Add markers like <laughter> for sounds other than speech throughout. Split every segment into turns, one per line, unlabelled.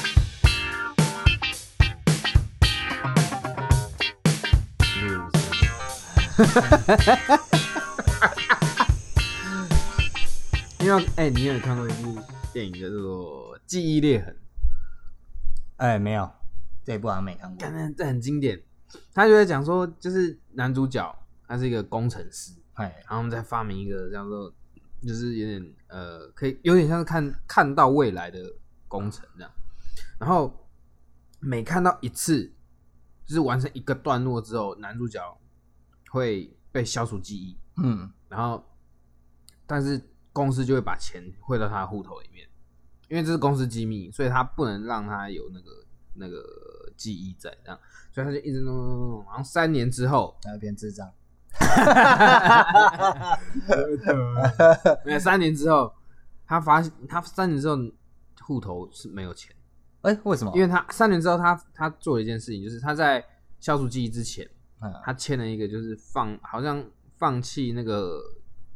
嗯因为哎、你有看过一部电影叫做《记忆裂痕》，
哎、没有，这一部好像没看过
感。觉这很经典。他就在讲说，就是男主角他是一个工程师，
哎，
然后我们再发明一个叫做，就是有点呃，可以有点像是看看到未来的工程这样。然后每看到一次，就是完成一个段落之后，男主角会被消除记忆，
嗯，
然后但是公司就会把钱汇到他的户头里面，因为这是公司机密，所以他不能让他有那个那个记忆在这样，所以他就一直弄弄弄弄，然后三年之后。
他会变智障。
没有三年之后，他发现他三年之后户头是没有钱，
哎、为什么？
因为他三年之后他他做了一件事情，就是他在消除记忆之前，
嗯
他签了一个就是放好像放弃那个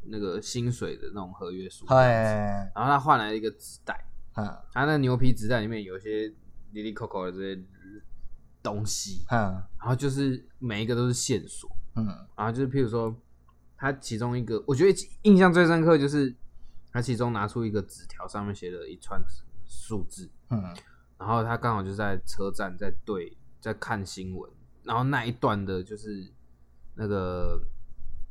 那个薪水的那种合约书，然
哎，
后他换来一个纸袋，
嗯
他那牛皮纸袋里面有一些里里扣扣的这些东西，
嗯
然后就是每一个都是线索，
嗯
啊，就是譬如说，他其中一个，我觉得印象最深刻就是他其中拿出一个纸条，上面写了一串数字，
嗯，
然后他刚好就在车站在对在看新闻，然后那一段的就是那个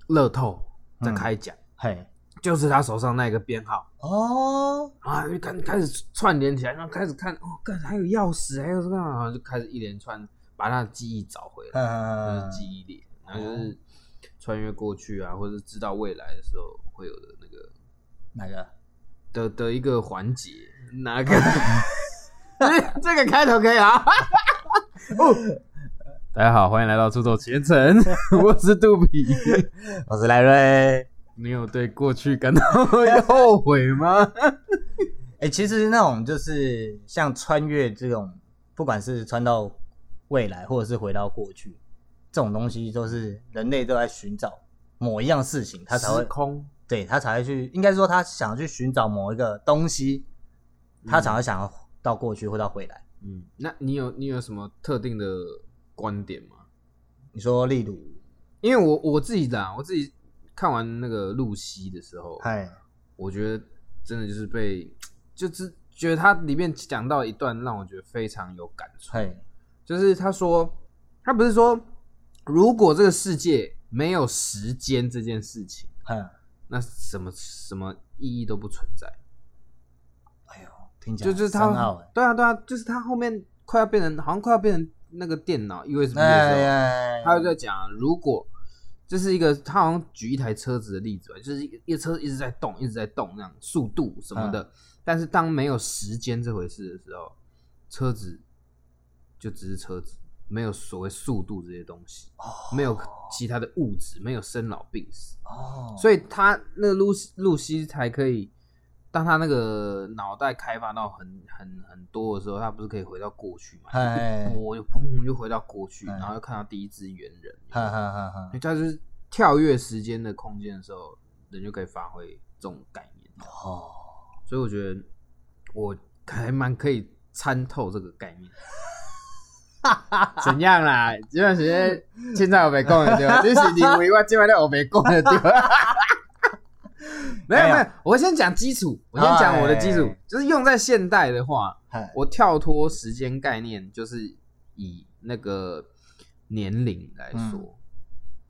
乐透在开奖，
嘿，
就是他手上那个编号
哦，
啊，就开开始串联起来，然后开始看，哦，看还有钥匙，还有这个，然后就开始一连串把他的记忆找回来。就是
嗯
记忆点，然后就是穿越过去啊，或者是知道未来的时候会有的那个
哪个？
的的一个环节，哪个？这个开头可以啊！哦大家好，欢迎来到出走前程，我是杜比。
我是赖瑞。
你有对过去感到后悔吗？
哎、其实那种就是像穿越这种，不管是穿到未来，或者是回到过去，这种东西都是人类都在寻找某一样事情，他才
时
会
空
对他才会去，应该说他想要去寻找某一个东西，他才会想要到过去或到未来。
<laughs> 嗯，那你有你有什么特定的观点吗？
你说，例如，
因为我我自己的啊，我自己看完那个露西的时候，
哎，
我觉得真的就是被，就是觉得他里面讲到一段让我觉得非常有感触，
嘿，
就是他说，他不是说如果这个世界没有时间这件事情，
嗯，
那什么什么意义都不存在，
哎呦，听起来
就是
深奥
他
哎，
对啊对啊，就是他后面快要变成好像快要变成那个电脑 USB 的
哎
时候，
呀，
他就在讲，啊如果这是一个，他好像举一台车子的例子吧，就是一个一个车子一直在动，一直在动，那样速度什么
嗯
的。但是当没有时间这回事的时候，车子就只是车子，没有所谓速度这些东西，没有其他的物质，没有生老病死。
哦，
所以他那个露西露西才可以，当他那个脑袋开发到很很很多的时候，他不是可以回到过去嘛？
哎
一拨就砰就回到过去，
哎
然后又看到第一只猿人。
哈哈哈哈
因为，他就是跳跃时间的空间的时候，人就可以发挥这种概念。
哦，
所以我觉得我还蛮可以参透这个概
<laughs>
念。怎样啦？这段时间现在我没讲了对
<laughs>
吧？就是你为我今晚的我没讲了对吧？没有没
哎
有，我先讲基础，我先讲我的基础
哎，
就是用在现代的话，
嗨
我跳脱时间概念，就是以那个年龄来说，
嗯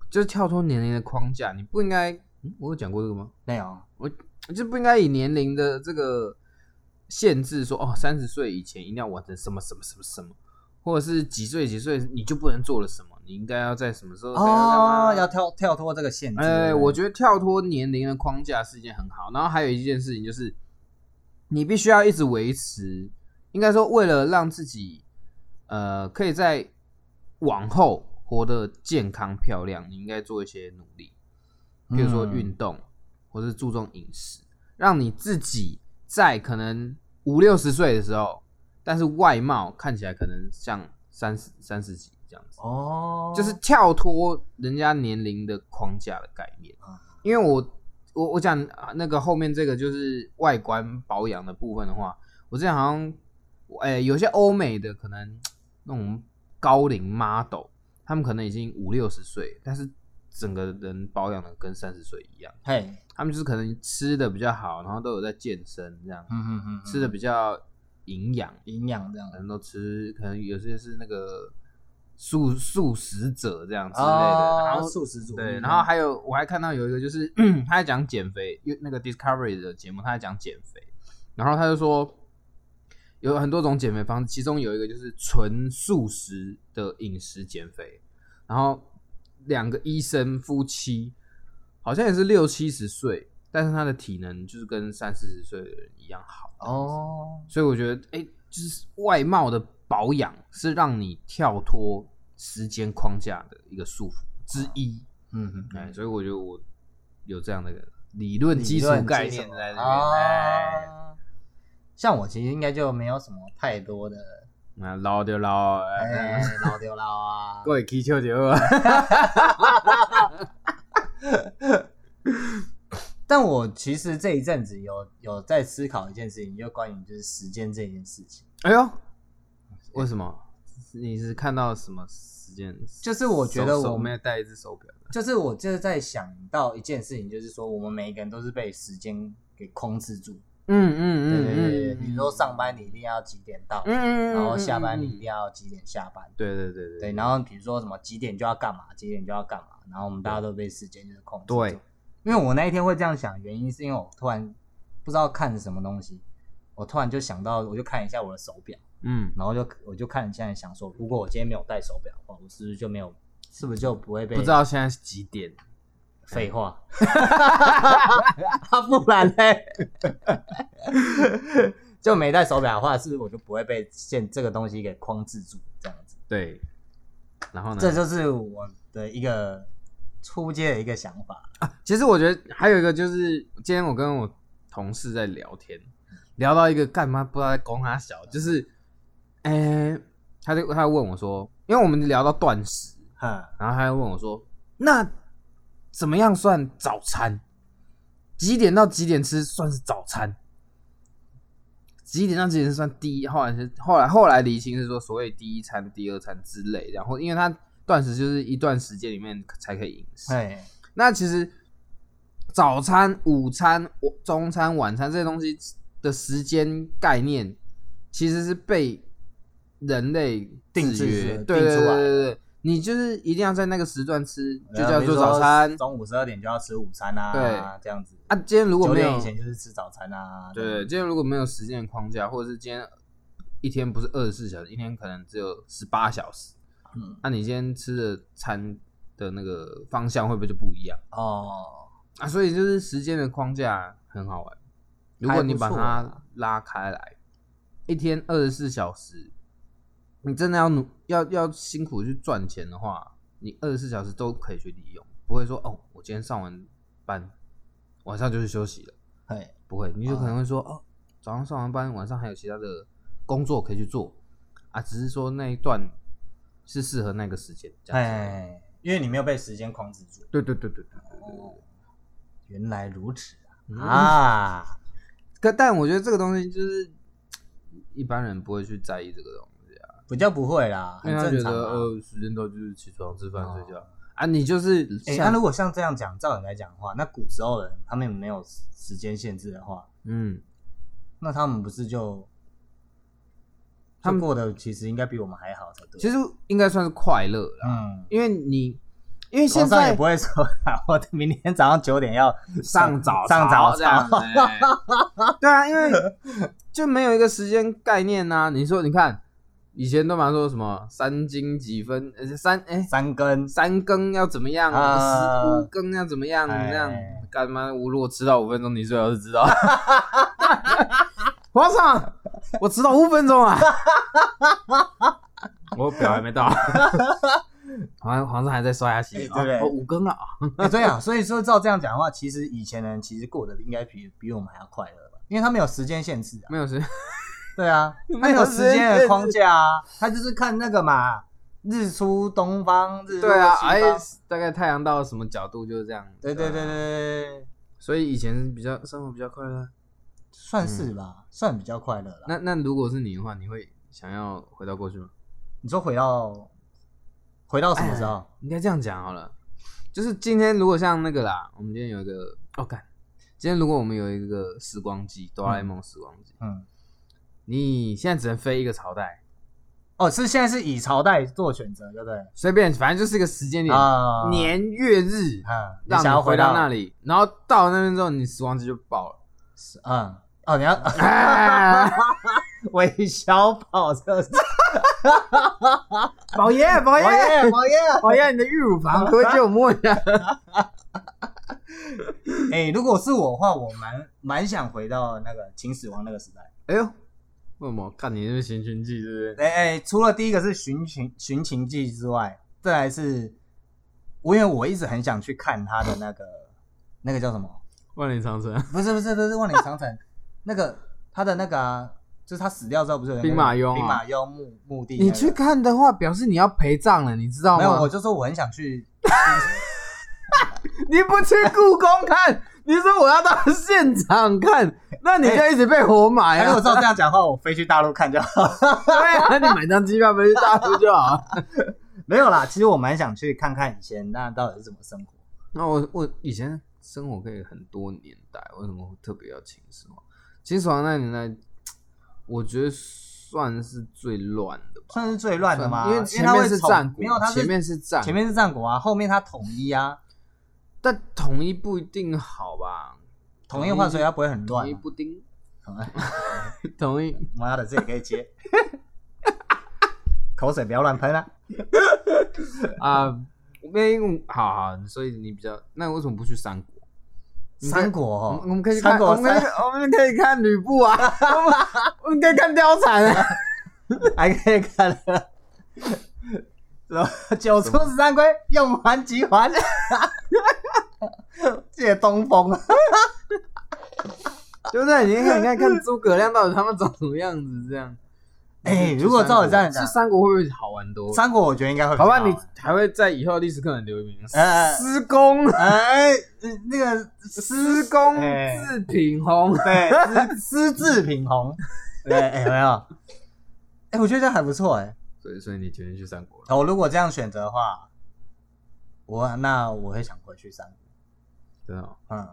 就是跳脱年龄的框架，你不应该，嗯，我有讲过这个吗？
没有，
就不应该以年龄的这个限制说，哦，三十岁以前一定要完成什么什么什么什么，或者是几岁几岁你就不能做了什么，你应该要啊在什么时候
哦，要
跳。
跳跳脱这个限制。
哎，
对不对
我觉得跳脱年龄的框架是一件很好。然后还有一件事情就是，你必须要一直维持，应该说为了让自己呃可以在往后活得健康漂亮，你应该做一些努力，比如说
嗯
运动，或是注重饮食，让你自己在可能五六十岁的时候，但是外貌看起来可能像三十三十几这样子。
哦，
就是跳脱人家年龄的框架的概念
啊。
因为我我我讲啊那个后面这个就是外观保养的部分的话，我之前好像，哎、有些欧美的可能那种高龄 model，他们可能已经五六十岁，但是整个人保养的跟三十岁一样，
嘿，
他们就是可能吃的比较好，然后都有在健身这样，
嗯嗯嗯，
吃的比较营养，
营养这样
可
的
能都吃，可能有些是那个素素食者这样之类的，
哦
然后
素食主义
对，
嗯
然后还有我还看到有一个就是 <clears throat> 他在讲减肥，因为那个 Discovery 的节目他在讲减肥，然后他就说有很多种减肥方式，其中有一个就是纯素食的饮食减肥，然后两个医生夫妻好像也是六七十岁，但是他的体能就是跟三四十岁的人一样好
哦，
所以我觉得，哎、就是外貌的保养是让你跳脱时间框架的一个束缚之一。
嗯嗯
哎、所以我觉得我有这样的理论基础概念在这边。哎、
啊。像我其实应该就没有什么太多的，
那捞就捞，哎、
哎，老丢老
<laughs>
啊，
各位踢球就好。
但我其实这一阵子有有在思考一件事情，就关于就是时间这件事情。
哎呦，为什么？你是看到什么时间？
就是我觉得
手手
我
没有戴一只手表的。
就是我就是在想到一件事情，就是说我们每一个人都是被时间给控制住。
嗯
对
嗯
对对对，
嗯嗯，
比如说上班你一定要几点到，
嗯，嗯，
然后下班你一
嗯
定要几点下班。
对对对
对，然后比如说什么几点就要干嘛，几点就要干嘛，然后我们大家都被时间就是控制住。
对，
因为我那一天会这样想，原因是因为我突然不知道看什么东西，我突然就想到，我就看一下我的手表，
嗯，
然后就我就看现在想说，如果我今天没有戴手表的话，我是不是就没有，是不是就不会被
不知道现在是几点？
废话， <laughs> 啊，不然嘞， <laughs> 就没戴手表的话，是不是我就不会被现这个东西给框制住？这样子，
对，然后呢？
这就是我的一个出街的一个想法。
其实我觉得还有一个就是，今天我跟我同事在聊天，聊到一个干嘛不知道在攻他小，就是，哎、他就他就问我说，因为我们聊到断食，
哼，
然后他就问我说，那怎么样算早餐？几点到几点吃算是早餐？几点到几点吃算第一？后来是后来后来理清是说，所谓第一餐、第二餐之类，然后因为他断食就是一段时间里面才可以饮食，
哎，
那其实早餐、午餐、我中餐、晚餐这些东西的时间概念，其实是被人类
定
制
制
约，
的
对
定
对
出
对
来
对对，你就是一定要在那个时段吃，就叫
比如
做
说
早餐。
中午十二点就要吃午餐啊，
对
这样子。
啊，今天如果
九
没
点
有
以前就是吃早餐啊，这样
对，
子，
今天如果没有时间的框架，或者是今天一天不是二十四小时，一天可能只有十八小时，
嗯，
那、你今天吃的餐的那个方向会不会就不一样？
哦，
啊，所以就是时间的框架很好玩。如果你把
还不错
它
啊
拉开来，一天二十四小时，你真的要努要要辛苦去赚钱的话，你二十四小时都可以去利用，不会说哦，我今天上完班，晚上就去休息了，
嘿，
不会，你就可能会说哦，早上上完班，晚上还有其他的工作可以去做啊，只是说那一段是适合那个时间，这样子而已。
哎，因为你没有被时间控制住。
对对对对对对对。
原来如此
嗯
啊！啊，
可但我觉得这个东西就是一般人不会去在意这个东西啊，
比较不会啦，
因
很
为他
正
觉
常
得
啊。
呃时间到就是起床吃饭
哦
睡觉、啊，你就是
哎、
像
那如果像这样讲，照你来讲的话，那古时候人他们没有时间限制的话，
嗯，
那他们不是就
他们
就过得其实应该比我们还好才对。啊
其实应该算是快乐啦，
嗯，
因为你因为啊现
皇上也
在
不会说，啊 <laughs> 我明天早上九点要
上早
上
早
早
这样子、
操。
哎 <laughs> 对啊，因为就没有一个时间概念呐、你说你看以前都嘛说什么三更几分，呃三哎、<laughs>
三更，
三更要怎么样，
啊
十五更要怎么样，
哎
这样干嘛？我如果迟到五分钟，你最好是知
<laughs>
道。皇上，我迟到五分钟
<laughs>
啊！我表还没 <laughs> 到，皇皇上还在刷牙洗脸，
哎对
哦五更了啊！
哎对啊，所以说照这样讲的话，其实以前人其实过得应该比比我们还要快乐吧，因为他没有时间限制啊。
没有时，
对啊，
没
他
有
有时间
时间
的框架啊，他就是看那个嘛，日出东方，日落
对啊，
西
哎
方。，
大概太阳到什么角度就是这样。
对对对对，对对，
所以以前比较生活比较快乐。
算是吧，算比较快乐了。
嗯那那如果是你的话，你会想要回到过去吗？
你说回到回到什么时候？
应该这样讲好了，就是今天如果像那个啦，我们今天有一个哦，干，今天如果我们有一个时光机，哆啦 A 梦时光机，
嗯，
你现在只能飞一个朝代，
哦，是现在是以朝代做选择，对不对？
随便，反正就是一个时间点，
啊，
年月日，
嗯，你
让
想
你
要
回到
到
那里，然后到了那边之后，你时光机就爆
<laughs>
了。
嗯，
<laughs>
哦，你要
哎
韦小宝这个是
宝爷，宝
宝
爷，
<laughs> 爷，宝爷。
宝爷，你的玉乳房可不可以借我摸
<laughs>
一下？
哎，如果是我的话，我蛮蛮想回到那个秦始皇那个时代。
哎呦，为什么？看你这是行军记，对不对？
哎哎，除了第一个是《寻秦寻秦记》之外，再来是，我因为我一直很想去看他的那个那个叫什么？
万里长城，
不是不是不是万里长城， <laughs> 那个他的那个啊，就是他死掉之后不是有那个
兵马俑啊
兵马俑墓墓地那个？
你去看的话，表示你要陪葬了，你知道
没有？我
吗？
就说我很想去
你不去故宫看，你说我要到现场看，那你就一直被活埋
哎，如
啊！
果照这样讲话，我飞去大陆看就好。
对 <laughs> 啊，你买张机票飞去大陆就好啊了。
没有啦，其实我蛮想去看看以前那到底是怎么生活。
<laughs> 那我我以前生活可以很多年代，为什么会特别要啊秦始皇？秦始皇那年代，我觉得算是最乱的吧。
算是最乱的嘛，
因为前面是
他会
战
统没有，
国，
他
前面是战，
前面是战国啊，后面他统一啊，
但统一不一定好吧？
统一换所以他不会很
统
乱
一
啊。
布丁，
统一
<laughs>
<laughs>
统一
妈的，这也可以接， <laughs> 口水不要乱喷啊！
啊，没有好好，所以你比较，那为什么不去三国？
三国
我们我
哦，
们可以去看，
三国
我们可以我们可以看吕布啊， <laughs> 我们我们可以看貂蝉啊。
<laughs> 还可以看了。然后九出十三归，用还即还， <laughs> 借东风啊！
对不对？你看，你看，看诸葛亮到底他们长什么样子？这样，
哎
去
如果照你这样
三国去三
讲
国会不会好玩多？
三国我觉得应该会比较
好吧，
玩
你还会在以后历史课本留一名
<laughs> 哎哎哎
施
<laughs>
公，
哎，那个
施公
哎
字品红，
对，私自品红， <laughs> 对，哎、有没有？哎、我觉得这还不错哎、哦
所以所以你决定去三国了。
我如果这样选择的话，我那我会想回去三
真的哦，
国。嗯，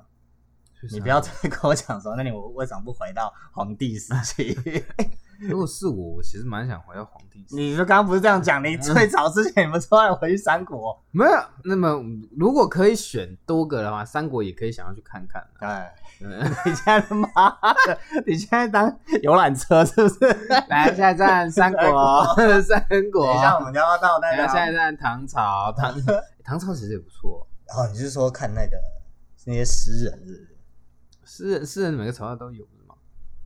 去三国
你不要。再跟我讲说，那你我为什么不回到皇帝时期？ <laughs> 哎
如果是我，我其实蛮想回到皇帝时代。
你就刚刚不是这样讲？你最早之前你们说要回去三国，
没有，那么如果可以选多个的话，三国也可以想要去看看啊。
哎，
嗯
<laughs> 你现在他妈的，你现在当游览车是 <laughs> 不是？
来，下一
<laughs>
站三国， <laughs> 三国
等一。下我们就要到那
来，
个，
下一站唐朝，唐
<laughs>
唐朝其实也不错。
哦，你是说看那个那些诗人是不是？
诗人诗人每个朝代都有的嘛，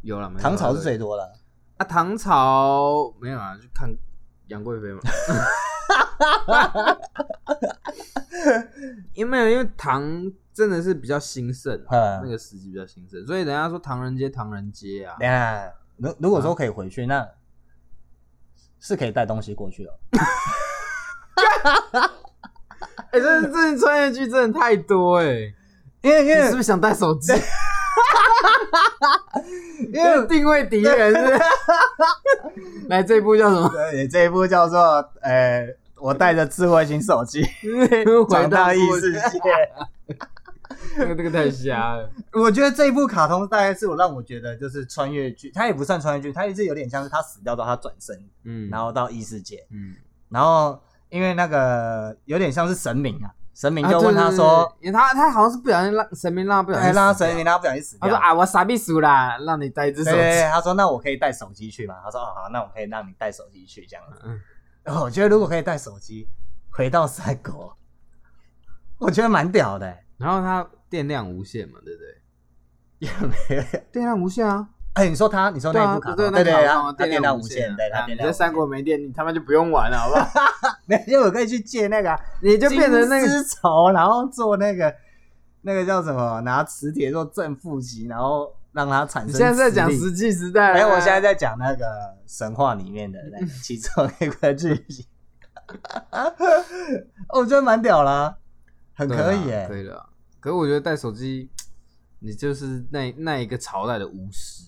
有了没？
唐朝是最多了。
啊，唐朝没有啊，就看杨贵妃嘛。 <laughs> 因为没有，因为唐真的是比较兴盛
<laughs>
啊、
嗯
那个时期比较兴盛，所以人家说唐人街，唐人街啊。
等一下，哎如如果说可以回去，那是可以带东西过去的。
哎、这这这穿越剧真的太多哎、
因为因
你是不是想带手 <laughs> 机？因为定位敌人是不是 <laughs> 来这一部叫什
<laughs>
么？
对这一部叫做呃，我带着智慧型手 <laughs> 机
回
长到异
过
世
去
界。
<laughs> 那个那个太瞎了。
<laughs> 我觉得这一部卡通大概是我让我觉得就是穿越剧，它也不算穿越剧，它也是有点像是他死掉之后他转身，
嗯，
然后到异世界，
嗯，
然后因为那个有点像是神明啊，神明就问他
啊，
说，
对对对对他他好像是不小心让神明让他不小
哎，
心
让他
死掉
神明，让他不小心死
他
掉
说。啊，我傻逼死啦，让你带一只手
对
机。
对对，他说那我可以带手机去吗？他说哦好，那我可以让你带手机去这样子。
嗯，
然后我觉得如果可以带手机回到三国， <laughs> 我觉得蛮屌的、 <laughs> 欸。
然后他电量无限嘛，对不对？
也没有，
电量无限啊，
哎、你说他，你说
对
那一
啊，
部卡通，
对
对
那
对，
个卡
他
通
他电量
量
无
限
限
啊，，
对他
啊你
电量
在
无
三
限。 <laughs>
国没电，你他妈就不用玩了，好不好？
没有，我可以去借那个啊，
你就变成那
金
个
丝绸，然后做那个那个叫什么，拿磁铁做正负极，然后让它产生。
你现在是在讲《石器时代》啊？
没有，哎我现在在讲那个神话里面的那个其中一个剧情，哦我觉得蛮屌啦，很
对啊
可以哎、
可以了啊。可是我觉得带手机，你就是那那一个朝代的巫师，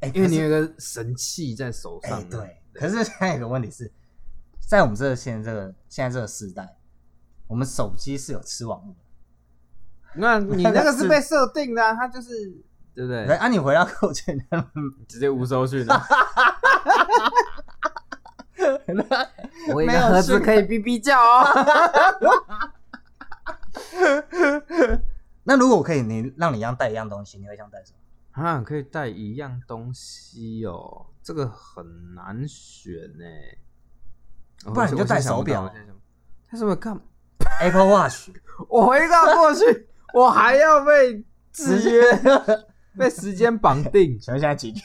哎
因为你
可
有
是
一个神器在手
哎、
上啊。
对，可是现在有个问题是在我们这个现在这个现在这个时代，我们手机是有吃网络的。
那
<laughs>
你那个是被设定的、啊，它就是对不
哎，
对？
啊，你回到过去，
直接无收讯啊的。我
没有
个盒子
讯
可以哔哔叫哦。
<laughs>
<laughs>
那如果我可以，你让你一样带一样东西，你会想带什么？
啊，可以带一样东西哦，这个很难选呢。哦
不然你就
我现在
戴
想不
手
到
表啊
我现在想不戴手表干嘛？
Apple Watch
我回到过去，我还要被制
<laughs>
约，被时间绑定。
请问现在几点？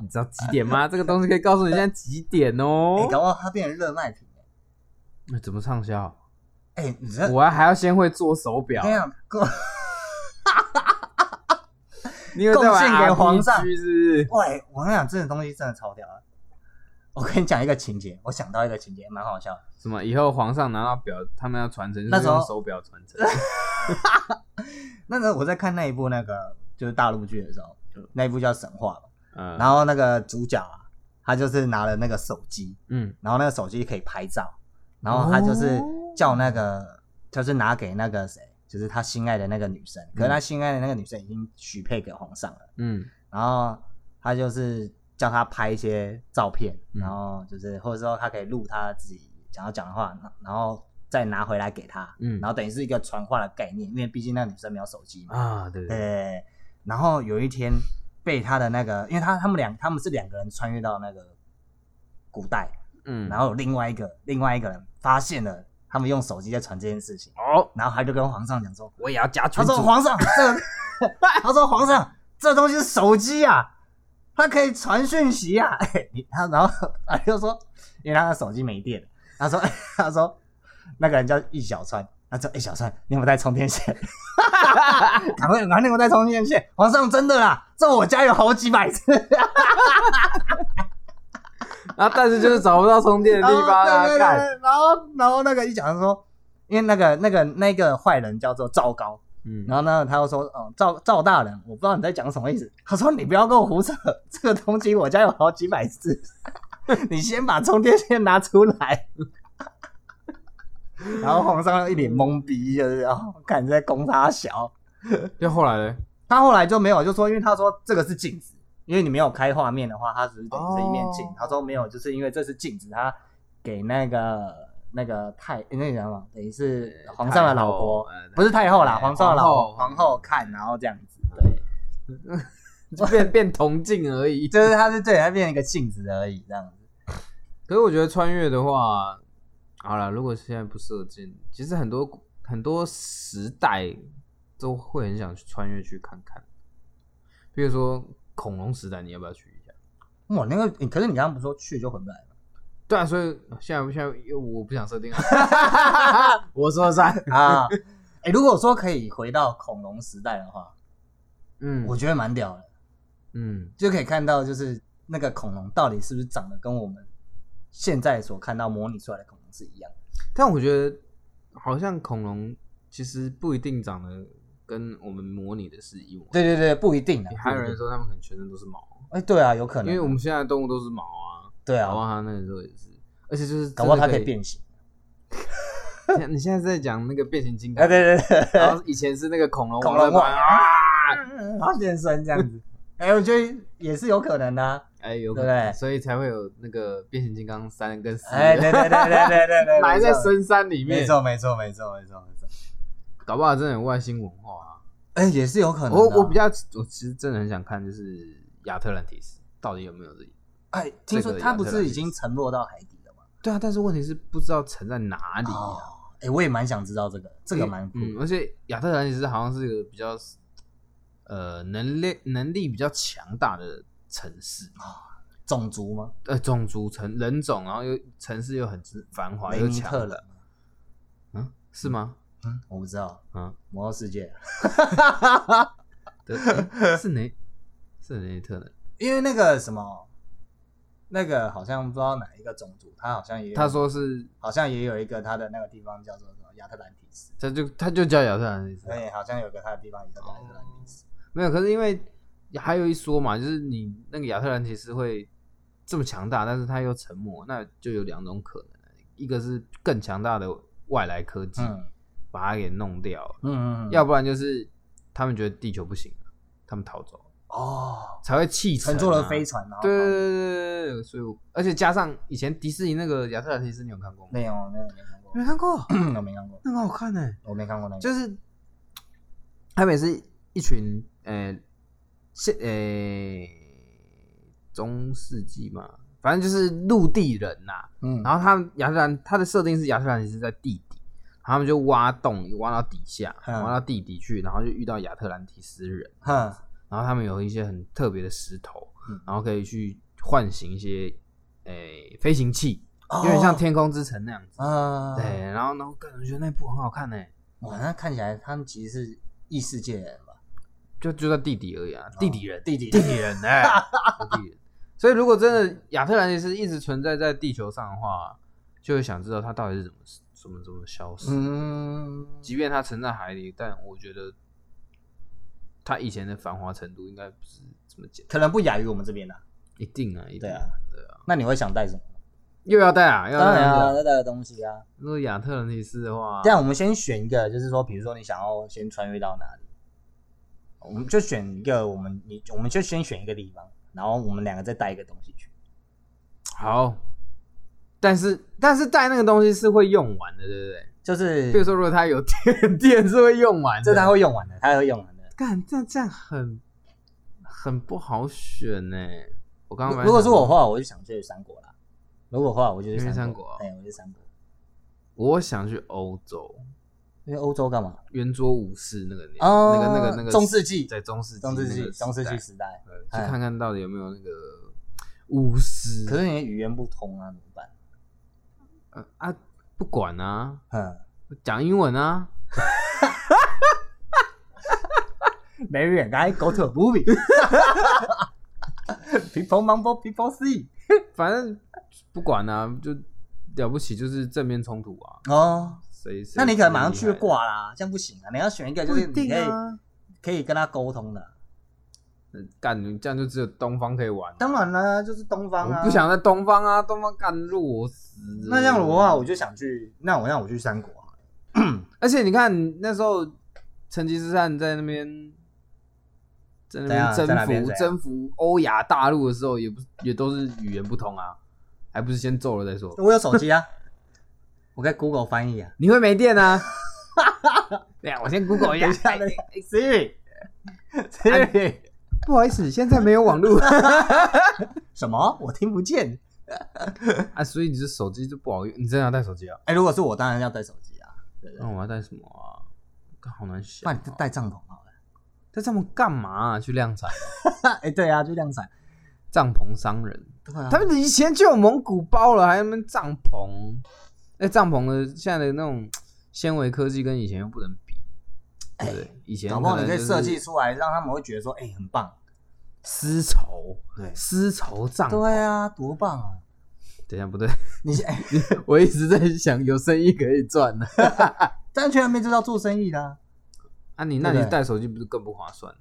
你知道几点
<laughs>
吗？这个东西可以告诉你现在几点
哎、
哦。
搞不好它变成热卖品了。
那怎么畅销？
哎、你知道
我还要先会做手
我
表
跟，你讲，够
你有在玩
贡献给皇上
RPG 是
喂，我跟你讲，这种东西真的超屌啊！我跟你讲一个情节，我想到一个情节，蛮好笑的。
不是？什么？以后皇上拿到表，他们要传承，就
那
是
时候
用手表传
<laughs>
承。
那个我在看那一部那个就是大陆剧的时候，那一部叫《神话》嘛，
嗯，
然后那个主角啊，他就是拿了那个手机，
嗯，
然后那个手机可以拍照，然后他就是叫那个，就是拿给那个谁，就是他心爱的那个女生，可是他心爱的那个女生已经许配给皇上了，
嗯
然后他就是叫他拍一些照片，
嗯
然后就是或者说他可以录他自己想要讲的话，然后再拿回来给他，
嗯
然后等于是一个传话的概念，因为毕竟那女生没有手机嘛，
啊，对对，
对，然后有一天被他的那个，因为他他们两他们是两个人穿越到那个古代，
嗯，
然后有另外一个另外一个人发现了他们用手机在传这件事情，
哦，
然后他就跟皇上讲说，
我也要加群
他说
主。
皇上这个， <laughs> 他说皇上这东西是手机啊，它可以传讯息啊，哎你他然后他就说，因为他的手机没电了，他说他说那个人叫易小川。他说：“哎、小川，你有没有带充电线？ <laughs> 赶快，赶快，你有没有带充电线？皇上，真的啦，这我家有好几百只。
然后啊但是就是找不到充电的
然
地
后
方啊，
哦对对对
干，
对然后然后那个一讲说，因为那个那个那个坏人叫做赵高，
嗯，
然后呢他又说，哦赵赵大人，我不知道你在讲什么意思。他说你不要跟我胡扯， <laughs> 这个东西我家有好几百只， <laughs> 你先把充电线拿出来。然后皇上一脸懵逼，就是哦，看你在攻他小。
就后来嘞，
他后来就没有，就说因为他说这个是镜子，因为你没有开画面的话，它只是等于是一面镜。
哦
他说没有，就是因为这是镜子，他给那个那个太那个什么，等于是皇上的老婆
太后呃，
不是太后啦，
对
皇上的老婆
皇
皇
后
后看，然后这样子，对，
就变变铜镜而已。
就是他是对他变成一个镜子而已，这样子。
可是我觉得穿越的话，好了，如果现在不设计，其实很多很多时代都会很想去穿越去看看。比如说恐龙时代，你要不要去一下？
哇，那个，欸可是你刚刚不是说去就回不来吗？
对啊，所以现在现在又我不想设
<laughs>
定啊，我说了算。 <laughs>
啊，哎、如果说可以回到恐龙时代的话，
嗯，
我觉得蛮屌的。
嗯
就可以看到，就是那个恐龙到底是不是长得跟我们现在所看到模拟出来的恐龙是一样的。
但我觉得好像恐龙其实不一定长得跟我们模拟的是一模一样。
对对对，不一定啊。
还有人
不一定，
说他们可能全身都是毛，
哎、对啊，有可能
因为
啊，
我们现在的动物都是毛啊。
对
搞不
啊，
好他那个时候也是，而且就是
搞不好它
真
可
的
以
<laughs>
变形。
现 <laughs> 在你现在是在讲那个变形金
哎、
刚，
对对 <laughs> 对，
然后以前是那个恐龙
恐龙
王
王
啊，
然后变身这样子。哎、我觉得也是有可能的、啊。
哎，有可
对不
能，
对
所以才会有那个变形金刚三跟四，
哎、对对对对对对对，
埋在
没错
深山里
没
面，
错没错没错没错没错。
搞不好真的有外星文化啊。
哎、也是有可能的啊、
我我比较，我其实真的很想看，就是亚特兰蒂斯到底有没有这里。
哎，听说
这个
它不
亚特兰
是
蒂
已
斯
经沉落到海底了吗？
对啊，但是问题是不知道沉在哪里
哦
啊。，
哎、我也蛮想知道这个，这个蛮酷的。
嗯，而且亚特兰蒂斯好像是一个比较，呃，能力能力比较强大的城市。
种族吗？
呃种族城人种，然后又城市又很之繁华
雷
又
尼
强
特
大
人。
嗯，是吗？
嗯，我不知道。
嗯，
魔兽世界，
对，诶是雷是雷尼特人。
因为那个什么，那个好像不知道哪一个种族，他好像也有
他说是，
好像也有一个他的那个地方叫做什么亚特兰蒂斯，
他就他就叫亚特兰蒂斯
所，以好像有个他的地方也叫做亚特兰蒂斯。
没有。可是因为还有一说嘛，就是你那个亚特兰蒂斯会这么强大，但是他又沉没，那就有两种可能，一个是更强大的外来科技，
嗯
把它给弄掉了，
嗯嗯，嗯
要不然就是他们觉得地球不行了，他们逃走了
哦，
才会弃城、啊，
乘坐了飞船，然后
对对对对对，所以我而且加上以前迪士尼那个《亚特兰蒂斯》，你有看过吗？
没有没有没
<clears throat>
看过，
没看过，
我没看过，
那很好看呢、
我没看过那个，
就是他们也是一群呃，现呃中世纪嘛，反正就是陆地人呐、
嗯，
然后他们亚特兰他的设定是亚特兰蒂斯在地底，然后他们就挖洞挖到底下，
嗯
挖到地底去，然后就遇到亚特兰蒂斯人，
哼，
然后他们有一些很特别的石头
嗯，
然后可以去唤醒一些诶、飞行器，
哦
有点像，天空之城那样子。
嗯，
对，，然后然后感觉得那部很好看呢、
哇，那看起来他们其实是异世界人吧？
就就在地底而已啊，地底人，
哦地底
地底人哎、地底人。所以如果真的亚特兰蒂斯一直存在在地球上的话，就会想知道它到底是怎么怎么怎么消失。
嗯，
即便它沉在海里，但我觉得它以前的繁华程度应该不是这么简单，
可能不亚于我们这边的。
一定啊，一定
对啊，
对啊，
那你会想带什么？
又要带啊，又要
当
带
然啊，
啊。
要带的东西啊。
如果亚特兰蒂斯的话
这，样我们先选一个，就是说，比如说你想要先穿越到哪里，我们就选一个，我们你我们就先选一个地方，然后我们两个再带一个东西去。
好，但是但是带那个东西是会用完的，对不对？
就是
比如说，如果它有电，电是会用完的，
这他会用完的，他会用完的。
干，这样这样很很不好选呢。我刚刚
如如果是我的，话，我就想去三国啦。如果的话，我就
你
去
去
三
三国啊
哎，我去三国。
我想去欧洲，
因为欧洲干嘛？
圆桌武士那个年，
哦
那个那个那个
中世纪
在中世纪，
中世纪，中世纪，时代。
对呃去
哎
看看到底有没有那个巫师。
可是你的语言不通啊，怎么办？
呃啊，不管啊，
嗯，
讲英文啊，
没人该 go to a movie。People mumble, people see。
反正不管啊，就了不起就是正面冲突啊。
哦，
谁？谁
那你可能马上
最
去
厉害
就挂啦，这样不行啊！你要选一个，就
不
是
一
你可
定
以、
啊。
可以跟他沟通的。
干，你这样就只有东方可以玩啊。
当然啦，就是东方啊。
我不，想在东方啊，东方干入我死。啊
那这样的话，我就想去，那我让我去三国啊好了
而且你看那时候成吉思汗在那边在那
怎样
边征
在哪边啊
服
怎样
征服欧亚大陆的时候，也不也都是语言不通啊，还不是先揍了再说。
我有手机啊， <laughs> 我可以 Google 翻译啊。
你会没电
<laughs>
啊？对啊，我先 Google 一下
等一。下等一下
哎
<laughs> Siri，Siri，
不好意思，现在没有网络
<laughs> 什么？我听不见。
啊，所以你这手机就不好用。你真的要带手机啊？
哎、如果是我，当然要带手机啊。对不
那
对？
我要带什么啊？好难
那
想
你就
哦。
带帐篷好了。
带帐篷干嘛啊？去量产？
<laughs> 哎、对啊，就量产。
帐篷商人。
对啊，
他们以前就有蒙古包了，还有那边帐篷。那帐篷的现在的那种纤维科技跟以前又不能比，对不对？以前
哎搞不好你可以
能
设计
就是
出来，让他们会觉得说，哎、很棒。
丝绸，
对
丝绸帐篷。
对啊，多棒啊！
等一下不对， <laughs>
你哎、
我一直在想有生意可以赚呢。 <laughs>
但去那边就是要做生意的、啊。
啊你，那
对
你
不对
带手机不是更不划算？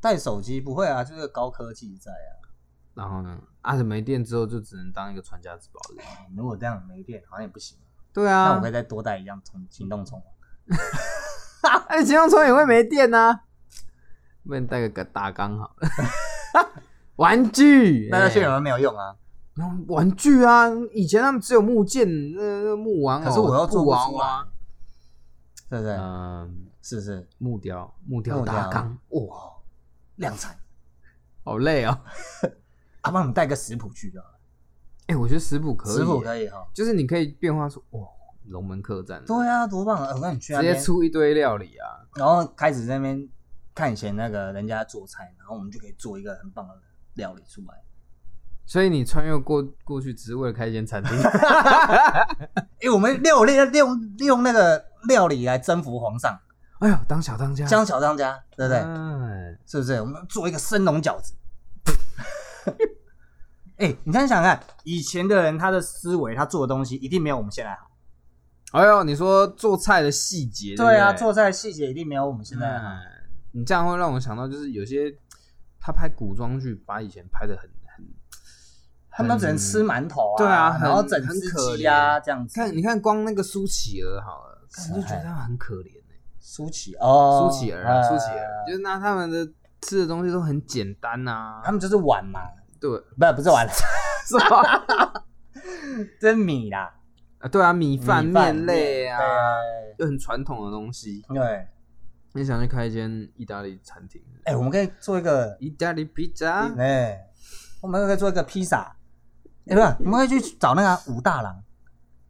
带手机不会啊，就是高科技在啊。
然后呢？啊，没电之后就只能当一个传家之宝的人。
哎如果这样没电，好像也不行。
对
那
啊嗯
我可，以再多带一样充行动充吗
哎，行动充也会没电呐、啊，不然带个大缸好了。 <laughs> 玩具，
那那些
哎
有人没有用啊。
然后玩具啊，以前他们只有木剑、那那木玩偶、
可是我又做
布
不
娃
出来
娃，，
对不对？
啊嗯，
是不是？
木雕、木雕
木雕
大纲，哇，
哇，量产！
好累哦。
啊，帮你带个食谱去就好了。
哎，我觉得食谱可以，
食谱可以哈。
就是你可以变化出哇，龙门客栈，
对啊，多棒啊！我跟你去那
直
边
接，出一堆料理啊。
然后开始在那边看以前那个人家做菜，然后我们就可以做一个很棒的料理出来。
所以你穿越过过去，只是为了开一间餐
<laughs>
厅，
哎，我们利用利用利用利用那个料理来征服皇上，
哎呦，当小当家，
江小当家，对不对？
哎
是不是？我们做一个生龙饺子。 <laughs> 哎、你看想想看，以前的人他的思维，他做的东西一定没有我们现在好。
哎呦，你说做菜的细节，
对啊，
不
做菜的细节一定没有我们现在好。
嗯，你这样会让我想到，就是有些他拍古装剧，把以前拍的很很
他们都只能吃馒头啊，
对啊很
然后整只鸡啊
很
这样子。
看你看光那个苏乞儿好了，看你就觉得
哎
他很可怜哎、
苏乞哦，
苏乞儿啊，
呃
苏乞儿，就是拿他们的吃的东西都很简单呐、
他们就是碗嘛，
对，
不 <laughs> 不是碗，
是吧？
这是米啦，
啊，对啊，米饭
米饭
面类啊，
对
就很传统的东西。
对，
你想去开一间意大利餐厅？
哎、我们可以做一个，
意大利披萨
哎、我们可以做一个披萨，哎、不
嗯
是，我们可以去找那个啊武大郎，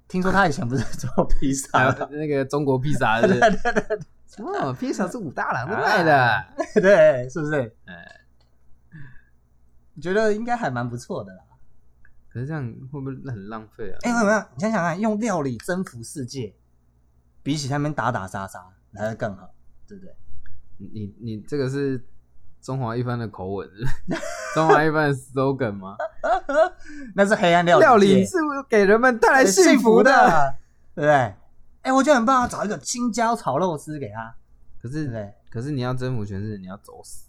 听说他以前不是做披
还
萨 <laughs>
有
的，
那个中国披萨，是不是
<laughs>
哦，披萨是武大
啊
郎在卖的。
对，是不是？
哎，
我觉得应该还蛮不错的啦。
可是这样会不会很浪费啊？
哎、没有没有，你想想看，用料理征服世界，比起他们打打杀杀来的更好，对不对？
你你你这个是中华一番的口吻，是不是 <laughs> 中华一番的 slogan 吗？
那是黑暗 <laughs> 料理界，哎
料理是给人们带来幸福的。，
对不对？哎、我觉得很棒啊，找一个青椒炒肉丝给他，
<laughs> 可
对
是
不对？
可是你要征服全世界，你要走死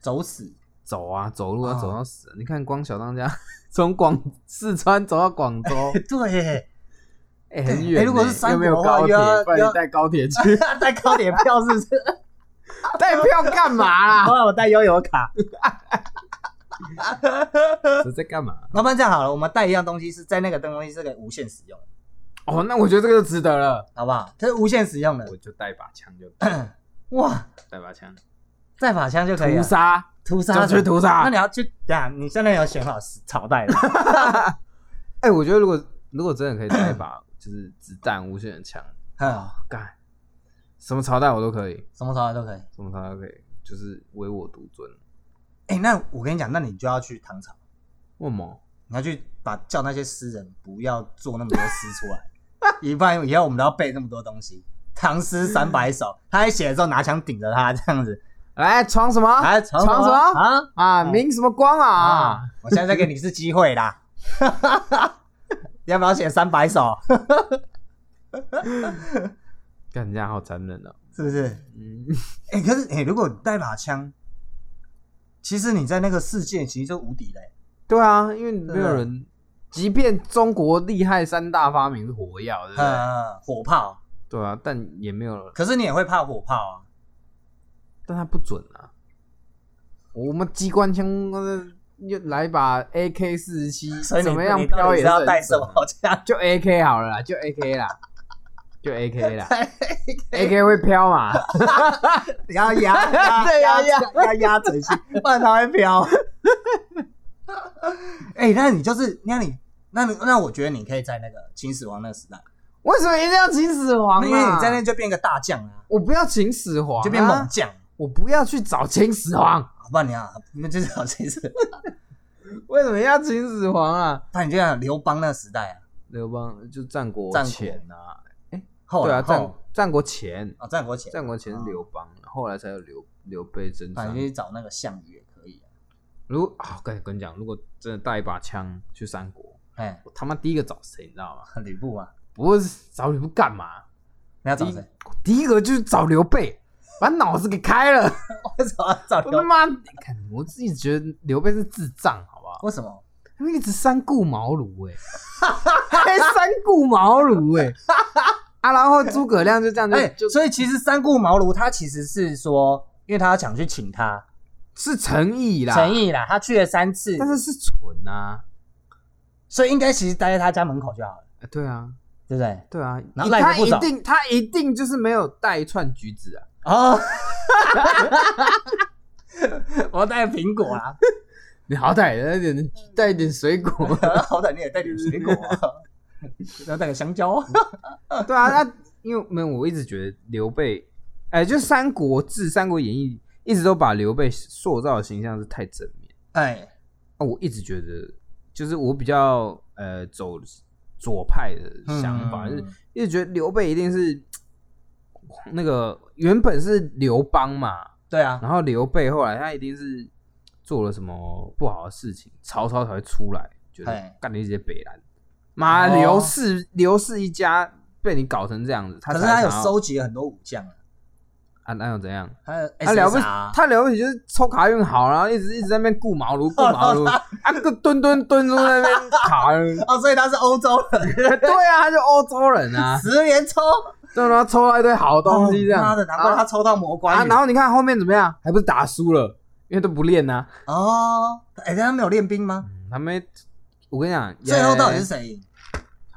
走死， <laughs>
走啊，走路要
哦
走到死。啊你看光小当家从广四川走到广
<laughs>
州，
对耶，
哎，很远呢。
哎如果是三
又没有
国的话
高铁
又要，
不然你
又要
带高铁去， <laughs>
<laughs> 带高铁票是不是？
带票干嘛
好
啦？
啊
<laughs>
了，我带悠游卡。
这在干嘛？
老板这样好了，我们带一样东西是在那个东西是可以无限使用的，
哦，那我觉得这个就值得了，
好不好？这是无限使用的 <clears throat>
我，就带把枪就
哇，
带把枪，
带把枪就可以
屠
了。
杀
屠杀
就去屠杀
那你。要去呀？你现在要选好朝代了。
<laughs> 哎，我觉得如果如果真的可以带一把 <clears throat> 就是子弹无限的枪，
嗯
干什么朝代我都可以，
什么朝代都可以。
什么朝代都可以，就是唯我独尊。
哎、那我跟你讲，那你就要去唐朝，
为什么？
你要去把叫那些诗人不要做那么多诗出
<laughs>
来，一般以后我们都要背那么多东西。唐诗三
<laughs>
百首，他在写的时候拿枪顶着他这样子，
来闯什么？
啊，什
什么？
啊
啊，明什么光
啊
啊？！
我现在再给你一次机会啦， <laughs> 要不要写三百首？
干人家好残忍啊！
是不是？
嗯， <laughs>
哎、可是哎、如果你带把枪，其实你在那个世界其实就无敌嘞、
对啊，因为没
真
有
的
人，即便中国厉害三大发明是火药，对不对？
呃，火炮，
对啊，但也没有人，
可是你也会怕火炮啊。
但它不准啊。我们机关枪呃又来把 AK 四十七，
所以你
怎么样
你到
飘也
底是
是
要
很
带什
准
么
啊？
<laughs> 枪？
就 AK 好了啦，就 AK 啦，就 AK 啦，AK 会飘嘛？
你要压 <laughs> 压
对要
压压要压准心，不然它会飘。 <laughs> 哎、那你就是，那你，那你，那我觉得你可以在那个秦始皇那个时代，
为什么一定要秦始皇啊？
因为你在那就变一个大将啊，
我不要秦始皇、啊，
就变猛将，
我不要去找秦始皇，
好不然你要，你们就是好秦始，
为什么要秦始皇啊？
那你就像刘邦那个时代啊，
刘邦就战国
战国
前啊，
后
对
来
啊，战
后
战国前，
哦战国前，
战国前是刘邦，后来才有刘刘备征
反
战
正。去找那个项羽也可以、啊，
如果啊，跟跟你讲，如果真的带一把枪去三国，
哎、
我他妈第一个找谁，你知道吗？
吕布啊，
不是找吕布干嘛？
你要
第
找
一
谁？
第一个就是找刘备，把脑子给开了。
<laughs> 为什么要找
我
刘
他
邦？
妈，看我自己觉得刘备是智障，好不好？
为什么？
他们一直三顾茅庐哎、还三顾茅庐哎、啊，然后诸葛亮就这样就、
哎、
就
所以其实三顾茅庐，他其实是说，因为他要想去请他
是诚意啦，
诚，意啦，他去了三次，
但是是蠢啊呐、
所以应该其实待在他家门口就好了，
啊，对啊，
对不对？
对啊，
然后赖着
他
不
一
走
定他一定就是没有带一串橘子啊，
哦， <laughs> 我要带苹果啦， <laughs>
你好歹带一点带一点水果，
好歹你也带点水果、啊， <laughs> 然后带个香蕉、啊。 <laughs>
对啊，那因为没有，我一直觉得刘备，哎、就《三国志》《三国演义》一直都把刘备塑造的形象是太正面。
哎，
啊，我一直觉得，就是我比较呃走左派的想法，
嗯
就是一直觉得刘备一定是那个原本是刘邦嘛，
对啊，
然后刘备后来他一定是做了什么不好的事情，曹操才会出来，觉得
哎
干你这些北兰，妈
哦
刘氏刘氏一家被你搞成这样子，他
可
才
是他有
想要
收集了很多武将啊，
啊，那又怎样？
还有
他了不
SSR
起，他了不起就是抽卡运好，然后一直一直在那边顾
<laughs>
茅庐，顾茅庐啊，个蹲蹲蹲在那边
<laughs>
卡。
哦，所以他是欧洲人，
对啊，他就欧洲人啊，
十连抽
对吧？抽到一堆好东西这样。
哦妈的，难怪他抽到魔
啊
关羽
然后你看后面怎么样？还不是打输了，因为都不练呐、
哦。哎，他没有练兵吗？
他们，我跟你讲，
最后到底是
也
谁赢？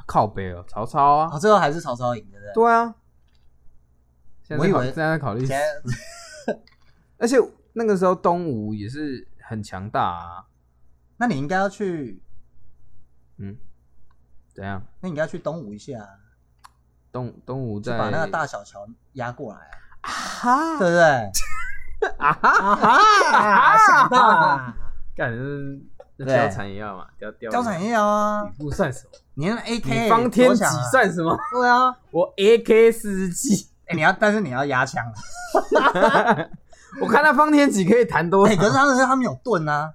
靠背哦，曹操啊，
哦，最后还是曹操赢，对不
<laughs>
对？
对啊。现在
我以
考
为
现在在考虑
以，前
而且那个时候东吴也是很强大啊。
那你应该要去，
嗯，怎样？
那你应该去东吴一下啊，
东东吴
就
在
把那个大小乔压过来啊，
哈
对不对？
啊哈，
啊哈， <laughs> 想到啊，
<laughs> 干就是那
对
貂蝉也要嘛，貂貂
貂
蝉
蝉也有啊，
吕布算什么？
你那 AK
你方天
多
戟
强啊？
算什么？
对啊，
我 AK 四十七， <laughs>
哎，你要，但是你要压枪啊。
我看他方天戟可以弹多
哎，可是
少，
他们他们有盾啊，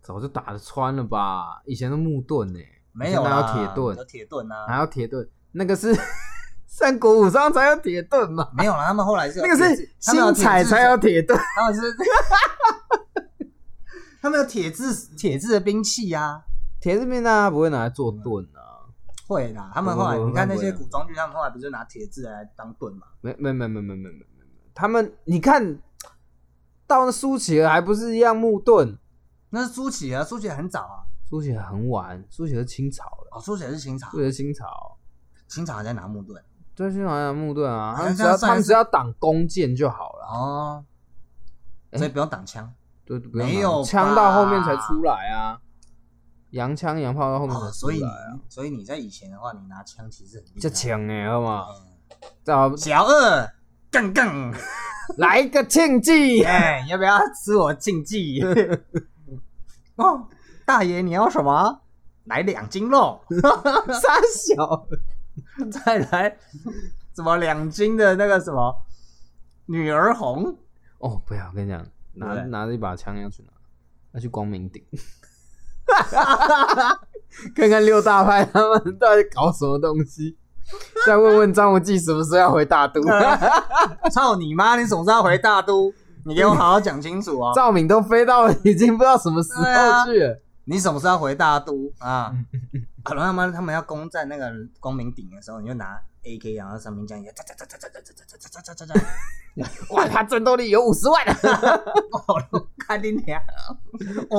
早就打得穿了吧？以前的木盾呢，
没有
以前哪
啊，
有铁盾
有铁盾啊，
哪有铁盾？那个是 <laughs> 三国武商才有铁盾嘛，
没有啦，他们后来是有
那个
铁
是
制他们有
新彩
铁制
才有铁盾。<laughs>
他们是，他们有铁制铁制的兵器啊，
铁制兵大家不会拿来做盾啊，
会啦。他们后来
不不不
你看那些
不会
古装剧，他们后来不是拿铁制来当盾嘛？
没没没没没没没没，他们你看到那苏乞儿还不是一样木盾？
那是苏乞儿，苏乞儿很早啊，
苏乞儿很晚，苏乞儿是清朝了，
哦，苏乞儿是清朝
苏，乞儿是清朝，
清朝还在拿木盾
对，清朝有木盾啊，他
好
们
像
只要
这样算
他们
是
只要挡弓箭就好了，
哦，所以不用挡枪。
对，不用
没
拿
有
枪
吧
到后面才出来啊，洋枪洋炮到后面才
哦，
出
所
来
以你
啊，
所以你在以前的话，你拿枪其实很厉害
这枪哎，好嘛，
嗯
啊，
小二杠杠，
来一个庆忌，
哎，要不要吃我禁忌？ <laughs> 哦，大爷你要什么？来两斤肉。
三小，
再来什么两斤的那个什么女儿红，
哦，不要，我跟你讲，拿
对
拿着一把枪要去哪？要去光明
<laughs>
顶，看看六大派他们到底搞什么东西，再问问张无忌什么时候要回大
<laughs>
都。
操你妈！你总是要回大都，你给我好好讲清楚哦。
<laughs> 赵敏都飞到已经不知道什么时候去了，
你什么时候要回大都啊？可能他们他们要攻占那个光明顶的时候，你就拿 AK，然后上面这样一个嚓嚓嚓嚓嚓嚓嚓嚓嚓嚓嚓嚓，
哇，他战斗力有五十万啊！
我都看你娘！我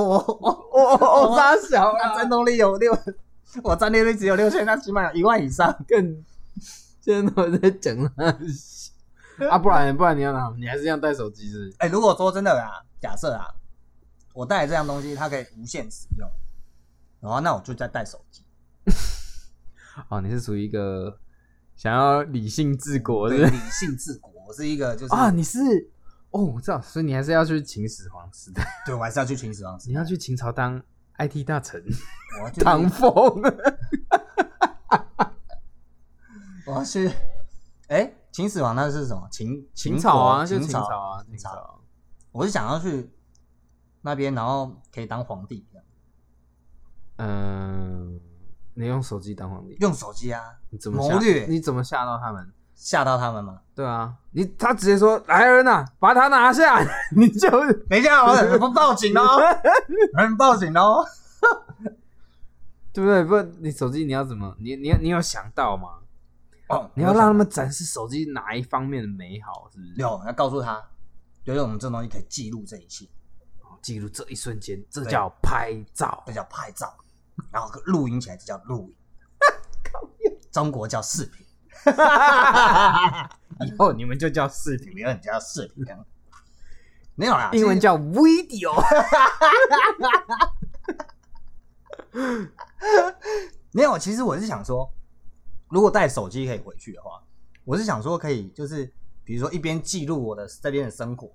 <laughs>
我我
<laughs> 哦哦哦，扎小
他
啊，
战斗力有六，我战斗力只有六千，他起码有一万以上。
更现在我在讲他 <laughs> 啊，不然不然你要拿，你还是一样带手机是不是？
哎、如果说真的啊，假设啊，我带这样东西，它可以无限使用，然后那我就再带手机，
哦，你是属于一个想要理性治国
我
的
对
人
理性治国，我是一个就是、
啊，你是哦，我知道，所以你还是要去秦始皇时代，
对我还是要去秦始皇
<laughs>
时
你
代，
要去秦朝当 IT 大臣，
我要去
<laughs> 唐风。
我要去，哎、秦始皇那是什么？秦
<laughs> 秦朝啊，
国
就
秦
秦朝啊，
秦
秦朝。
我是想要去那边，然后可以当皇帝，
嗯，你用手机当皇帝，
用手机啊
你怎么
谋略
吓？你怎么吓到他们？
吓到他们吗？
对啊，你他直接说来人呐、把他拿下， <laughs> 你
<laughs>
就
等一下，我怎么报警哦？有人报警哦！
对不对？不，你手机你要怎么？你你你有想到吗？
哦
你要让他们展示手机哪一方面的美好，是不是？
有要告诉他，就是我们这东西可以记录这一切。
哦记录这一瞬间，这叫拍照。
这叫拍照，然后录音起来这叫录
<laughs>
影，中国叫视频，
以后你们就叫视频，
你们叫视频，没有啦，
英文
啊其实
叫 video。 <laughs>
没有。其实我是想说，如果带手机可以回去的话，我是想说可以就是比如说一边记录我的这边的生活，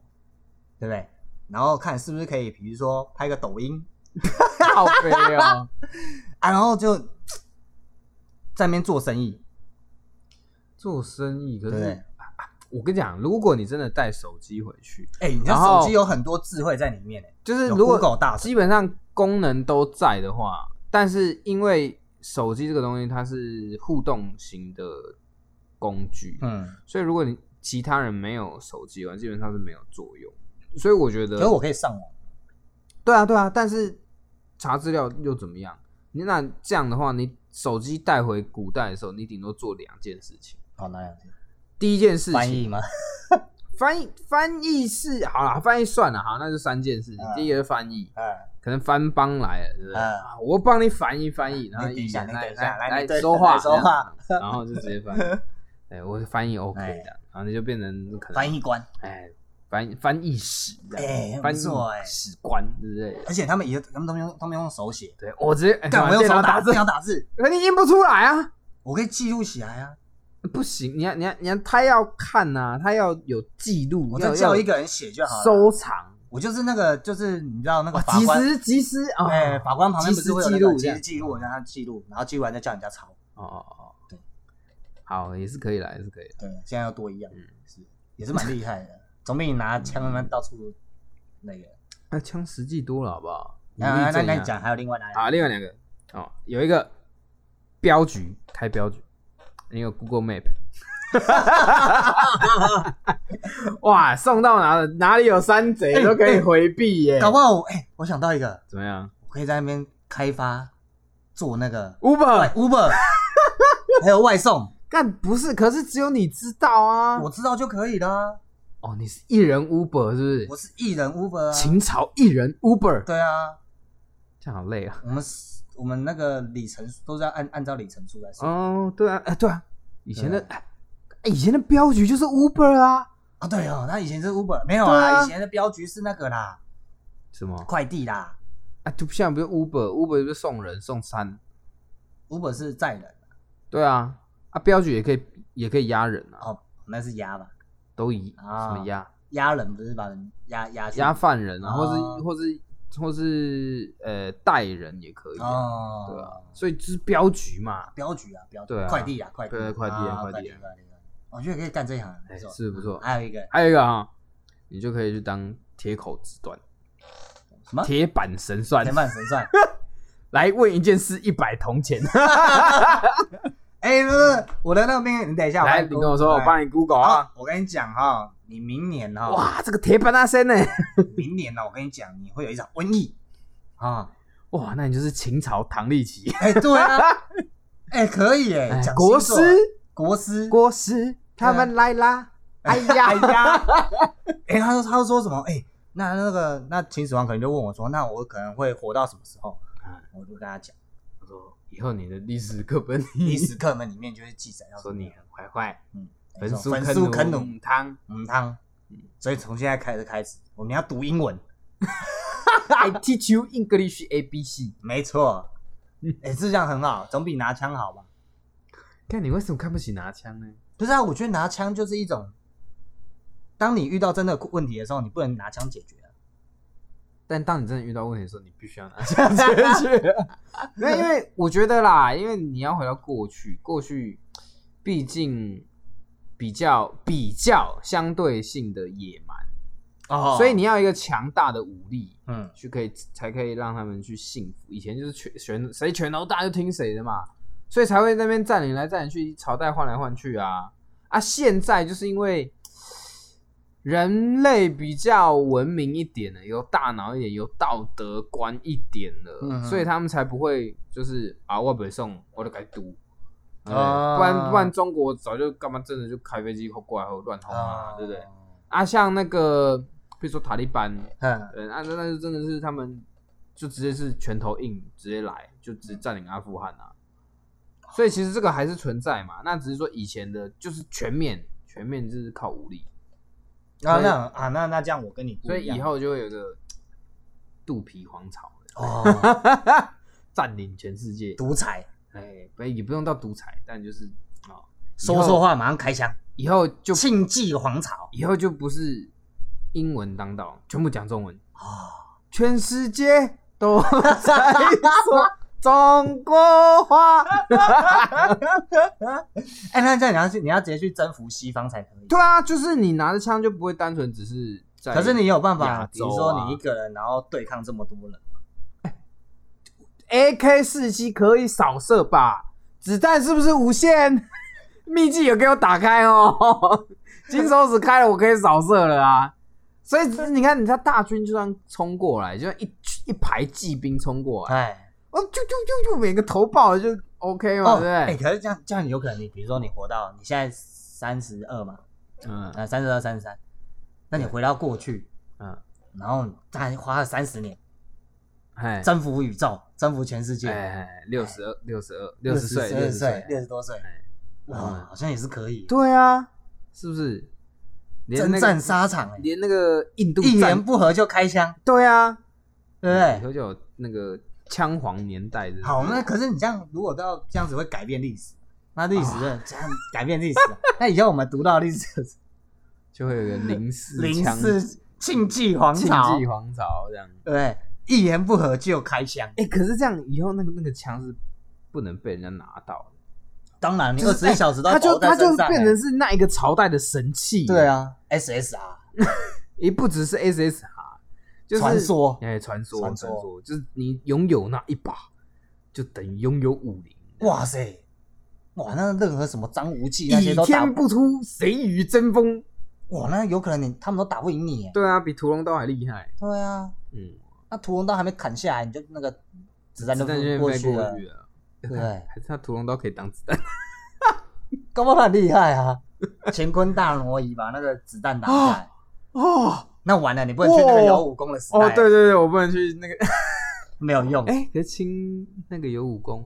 对不对？然后看是不是可以，比如说拍个抖音
好悲哦！
<laughs> 啊，然后就在那边做生意，
做生意可
对不
是啊
对？
我跟你讲，如果你真的带手机回去，
哎、你这
然后
手机有很多智慧在里面、欸，
就是
有
如果
Google 大神
基本上功能都在的话，但是因为手机这个东西它是互动型的工具，
嗯，
所以如果你其他人没有手机玩，基本上是没有作用。所以我觉
可是
得，
我可以上网，
对啊，对啊，但是查资料又怎么样？你那这样的话，你手机带回古代的时候，你顶多做两件事情。
好哪两天
第一件事情，
翻译吗？
翻译翻译是好啦，翻译算了，好，那就三件事情。
嗯
第一个是翻译，
嗯，
可能翻帮来了，对不对？
嗯
啊我帮你翻译翻译，然后
你等一下，
言
你
来
等一下，
来
你对
说话
来说话，
这样然后就直接翻
<laughs>
译。哎，我翻译 OK
哎
的，然后你就变成可能
<laughs> 翻译官，
哎翻翻译史这样，
哎
翻
不错
译
哎
史官，对不对？
而且他们以后他们都用他们用手写，
对我直接哎
干我
用
用
电
手
脑
打
打
字，
字，
要打字，
可你印不出来啊。
我可以记录起来啊。
不行，你要你要你要，他要看呐、他要有记录，
我
要
就
要
叫
有
一个人写就好了。
收藏，
我就是那个，就是你知道那个
哇，
法
即
官，
时即时啊，
哎，法官旁边不是会有那个
即
即
时
时记录，让他记录，然后记录完再叫人家抄。
哦哦哦，
对，
好，也是可以啦，也是可以啦。
对，现在要多一样，
嗯
是也是蛮厉害
<laughs>
的，总比你拿枪那边到处那个。
那枪实际多了，好不好？武
那
力
啊那
镇压
那你讲还有另外哪里？
啊，另外两个哦，有一个镖局开镖局，你有 Google Map，哇，送到哪哪里有山贼都可以回避耶，
哎搞不好我哎，我想到一个，
怎么样
我可以在那边开发做那个
？Uber
Uber，还有外送，
干不是，可是只有你知道啊。
我知道就可以啦。
哦，你是一人 Uber 是不
我
是？
是艺人 Uber 啊，
秦朝一人 Uber，
对啊，
这样好累啊。
我们我们那个里程数都是要按按照里程数来算
哦，对啊，哎，对啊，以前的
对
哎，以前的镖局就是 Uber 啊，
啊。对哦，那以前是 Uber 没有
对啊
啦，以前的镖局是那个啦，
什么
快递啦
啊？就现在不是 Uber，Uber 就是送人送餐，
，Uber 是载人
对啊，啊，镖局也可以也可以压人啊，
哦，那是压吧，
都一
啊
什么压
压人不是把人压压去
压犯人啊，或
哦
是或是或是呃带人也可以啊，
哦，
对啊，所以就是镖局嘛，
镖局啊，镖局
对啊
快递啊，快递啊
对快递啊
啊
快递啊
快递啊，快递啊我觉得可以干这一行，啊
哎
没错，嗯
是不错。
还有一个 <laughs>
还有一个啊，你就可以去当铁口直断。
什么
铁板神算
铁，板神算，
来问一件事一百铜
<laughs>
钱。
哎，不是我的那个命运，你等一下，
来，
帮
你跟我说，我帮
你
你 Google
哎
啊
好。，我跟你讲哈，你明年哈，
哇，这个铁板大仙呢？
明年呢，我跟你讲，你会有一场瘟疫
<laughs>
啊！
哇，那你就是秦朝唐立奇，
哎，对啊，哎，可以哎
哎，
讲
国
星
师
座，国师，
国师他们来啦！嗯哎
哎
呀， <laughs>
呀，哎，他说他说什么？哎，那那个那秦始皇可能就问我说，那我可能会活到什么时候
嗯？
我就跟他讲，
我说以后你的历史课本
历
里
史课本里面就会记载到
说你很坏坏，焚
没错
书
焚书坑
奴
儒，
嗯汤。
嗯，汤。所以从现在开始开始，我们要读英文，
I 哎 teach you English A B C。<laughs>
没错
嗯。
哎，这样很好，总比拿枪好吧？
看你为什么看不起拿枪呢？
不是啊，我觉得拿枪就是一种，当你遇到真的问题的时候，你不能拿枪解决、啊。
但当你真的遇到问题的时候，你必须要拿枪啊 <laughs> 解决。那因为我觉得啦，因为你要回到过去，过去毕竟比较比较相对性的野蛮，
哦
所以你要一个强大的武力
嗯，
去可以才可以让他们去信服。以前就是拳拳谁拳头大就听谁的嘛，所以才会那边占领来占领去，朝代换来换去啊啊！现在就是因为人类比较文明一点了，有大脑一点，有道德观一点了，
嗯哼
所以他们才不会就是啊，我北送我都该读。对
哦
不然不然，中国早就干嘛？真的就开飞机过来后乱轰啊，对不对？？啊，像那个，比如说塔利班，
嗯，
对，那那那就真的是他们就直接是拳头硬，直接来就直接占领阿富汗啊。所以其实这个还是存在嘛，那只是说以前的就是全面，全面就是靠武力，
啊，那啊，那那这样我跟你不
所
一
以
样
以后就会有一个肚皮皇 <laughs> 朝
哦，
占领全世界。
独裁，
哎，不也不用到独裁，但就是啊、哦，
说说话马上开枪，
以后就
庆忌皇朝
以后就不是英文当道，全部讲中文，
哦，
全世界都在说中国话。
<laughs> 哎，那这样你要去，你要直接去征服西方才可以。
对啊，就是你拿着枪就不会单纯只是在。
可是你有办法，
亚
比
洲啊
如说你一个人，然后对抗这么多人，
AK 四七可以扫射 <laughs> 吧？子弹是不是无限？秘籍有给我打开哦。 <laughs> 金手指开了，我可以扫射了啊！所以你看，人家大军就算冲过来，就算一一排骑兵冲过来，
哎，
哦，就就就就每个头爆了就 OK 嘛，
哦，哎、
对不对？
可是这样这样有可能你，比如说你活到你现在三十二嘛，
嗯
呃，三十二、三十三，那你回到过去，
嗯，
然后再花了三十年
哎
征服宇宙，征服全世界，
哎，六十二，六十二，六十岁，
六
六
十
十
岁
岁，，
六十多岁
哎，
哇，好像也是可以，
对啊，是不是？连
征
那
战
个
沙场、哎，
连那个印度
一言
战，
不合就开枪，
对啊，
对不
以
对？
后就有那个枪皇年代的。
好，那可是你这样，如果到这样子会改变历史，那历史真的这样改变历史，那以后我们读到历史
就会有个零四
零
枪
四庆忌皇
庆
朝，
忌皇朝这样。
对不对？一言不合就开枪。
哎、可是这样以后那个那个枪是不能被人家拿到的，
当然，你
就
二
是
十一小时都
他
要
就
保在
他
身
就
上、
变
欸
成是那一个朝代的神器。
对，啊，SSR
也不只是 SSR，就是
传说
哎、传说
传
传
说
说，就是你拥有那一把，就等于拥有武林。
哇塞，哇，那任何什么张无忌那些
倚
都打
天，不出，谁与争锋？
哇，那有可能你他们都打不赢你耶。
对啊，比屠龙刀还厉害。
对啊，
嗯，
那屠龙刀还没砍下来，你就那个子弹
子
就
弹就
过
飞
去
过
了，
去了。
对不对？
还是他屠龙刀可以当子弹？
高不好很厉害啊！乾坤大挪移把那个子弹打下来，
哦
那完了，你不能去那个有武功的时代，
哦，对对，对，我不能去那个。
没有用。
<laughs> 哎、可是清那个有武功，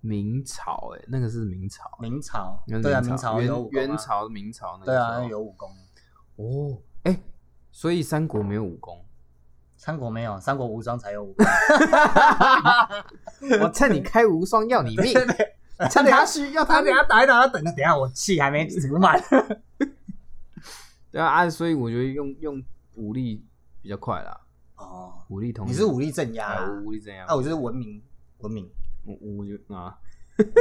明朝哎、那个是明朝，
明朝
那，是
对啊，明
明
朝有武
元
功
元
啊
朝明朝那个
对啊，
时候
有武功。
哦，哎、所以三国没有武
<laughs>
功，
三国没有，三国无双才有武功。
我趁你开无双要你命，
他等下需要，他等下打一打，他等等下我气还没足满。
对啊啊，所以我觉得用用武力比较快啦，
<laughs> 哦，
武力同
你是武力镇压
啊，
啊，
我武力怎样？
啊，我就是文明，文明。
我我就啊，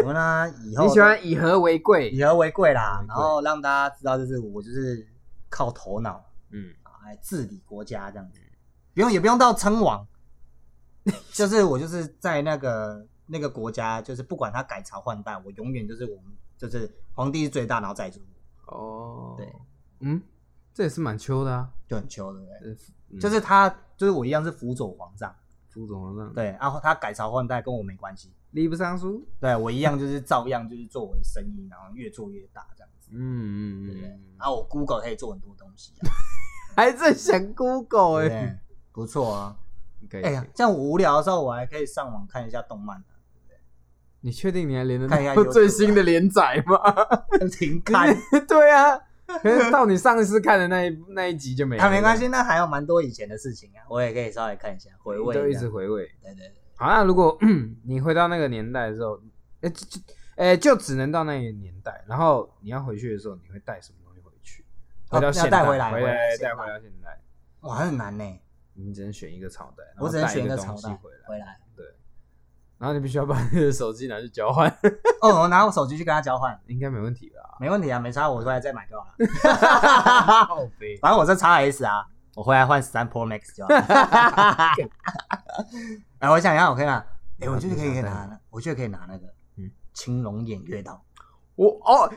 我们呢以后
你喜欢以和为贵，
以和为贵啦
以和为，贵
然后让大家知道，就是我就是靠头脑
嗯，
啊来治理国家这样子，不用也不用到
<laughs>
称王，就是我就是在那个那个国家，就是不管他改朝换代，我永远就是我们就是皇帝是最大，然后再就是我，
哦，
对，
嗯，这也是蛮秋的啊，
就很秋，对不对？
嗯
就是他就是我一样是辅佐皇上，
副总皇上，
对，然后他改朝换代跟我没关系。
礼部尚书，
对我一样就是照样就是做我的生意，然后越做越大这样子，
嗯
对不
嗯
对？
嗯，
然后我 Google 可以做很多东西、啊，
还在想 Google
对
哎、
不对？不错啊，
可以
哎呀，这样我无聊的时候，我还可以上网看一下动
<laughs>
漫啊，
你确定你还连得
看一下
到
YouTube
最新的连载吗？ <laughs>
停看。
对啊，可是到你上一次看的那一那一集就没了。
啊，没关系，那还有蛮多以前的事情啊，我也可以稍微看一下，回味
都
一
一
下。
直回味。
对对对，
好像如果嗯你回到那个年代的时候，哎、就就哎、就只能到那个年代，然后你要回去的时候，你会带什么东西回去？
哦
回到
要
现代，
带回来
回
回来
来
现代
带回到现代，
哇，很难呢，
你只能选一个朝代，然后
我只能选
带一
个
个
朝
东西
代
回来，
回来。
对。然后你必须要把你的手机拿去交换，
哦，我拿我手机去跟他交换，
应该没问题
<laughs>
吧？
没问题啊，没差，我回来再买就好了。
好呗，
反正我是 x S 啊，我回来换十三 Pro Max 就好了。哎，我想一下，我可以拿，哎，我觉得可以拿那，我觉得可以拿那个，嗯
嗯，
青龙偃月刀。
我哦，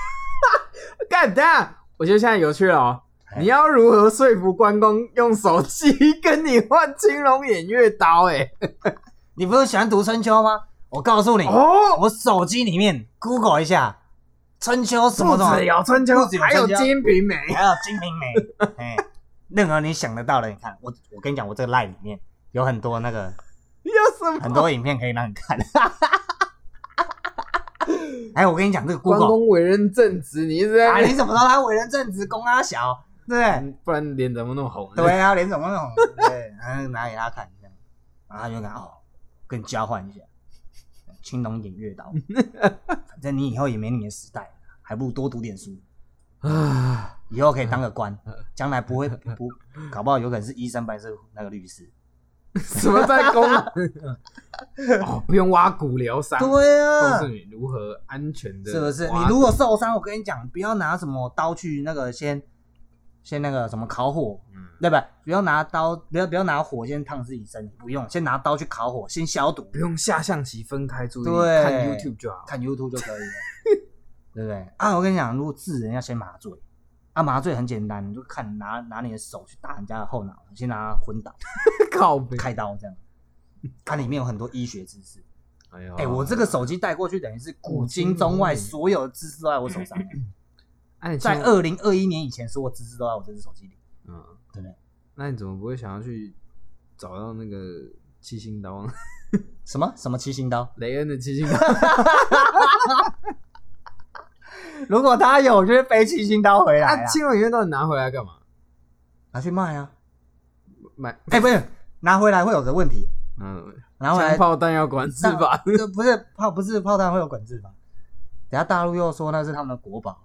<laughs> 干等一下，我觉得现在有趣了哦。
哎
你要如何说服关公用手机跟你换青龙偃月刀、欸？
你不是喜欢读春秋吗？我告诉你，
哦，
我手机里面 Google 一下春秋什么
不
什么，
止有春秋
不止，有
还
春秋
有《金瓶 <laughs> 梅》。
还有《金瓶梅》，哎，任何你想得到的，你看我，我跟你讲，我这个 line 里面有很多那个
有什么？
很多影片可以让你看。哎，我跟你讲，这个
关
Google
公为人正直，你一直在
啊，
那
你
边、
怎么知道他为人正直、公阿小？对不对？
<laughs> 不然脸怎么那么红？
对啊，连总那种，对，然后拿给他看，这样，然后他就讲哦，跟你交换一下，青龙偃月刀，反正你以后也没你的时代，还不如多读点书，
啊，
以后可以当个官，
嗯
将来不会不，搞不好有可能是医生，不然是那个律师。
<laughs> 什么在
<laughs>
公？哦，不用挖骨疗伤，
对
告
啊
诉，你如何安全的，
是不是？你如果受伤，我跟你讲，不要拿什么刀去那个先先那个什么烤火，
嗯
对吧？不要拿刀，不要不要拿火先烫自己身体，不用，先拿刀去烤火，先消毒
不。用下象棋分开注意力，
对 <laughs>
看 YouTube 就好。
看 YouTube 就可以了。对不对？啊，我跟你讲，如果治人要先麻醉，啊，麻醉很简单，你就看拿拿你的手去打人家的后脑，先拿他昏倒，
靠背。
开刀这样。 <laughs> 它里面有很多医学知识。
哎呦
哎、我这个手机带过去，等于是古今中外所有的知识都在我手上。
嗯那你
在
现
二零二一年以前，所有知识都在我这只手机里，
嗯，
对不对？
那你怎么不会想要去找到那个七星
<laughs>
刀呢？
什么什么七星刀？
雷恩的七
<laughs>
星刀？
如果他有，我就会背七星刀回来
那
啊，
青龙影院到底拿回来干嘛？
拿去卖啊！
买
哎、不是，拿回来会有个问题，
嗯，
拿回来
枪炮弹药管制
<laughs>
法。
这不是炮，不是炮弹会有管制法。等下大陆又说那是他们的国宝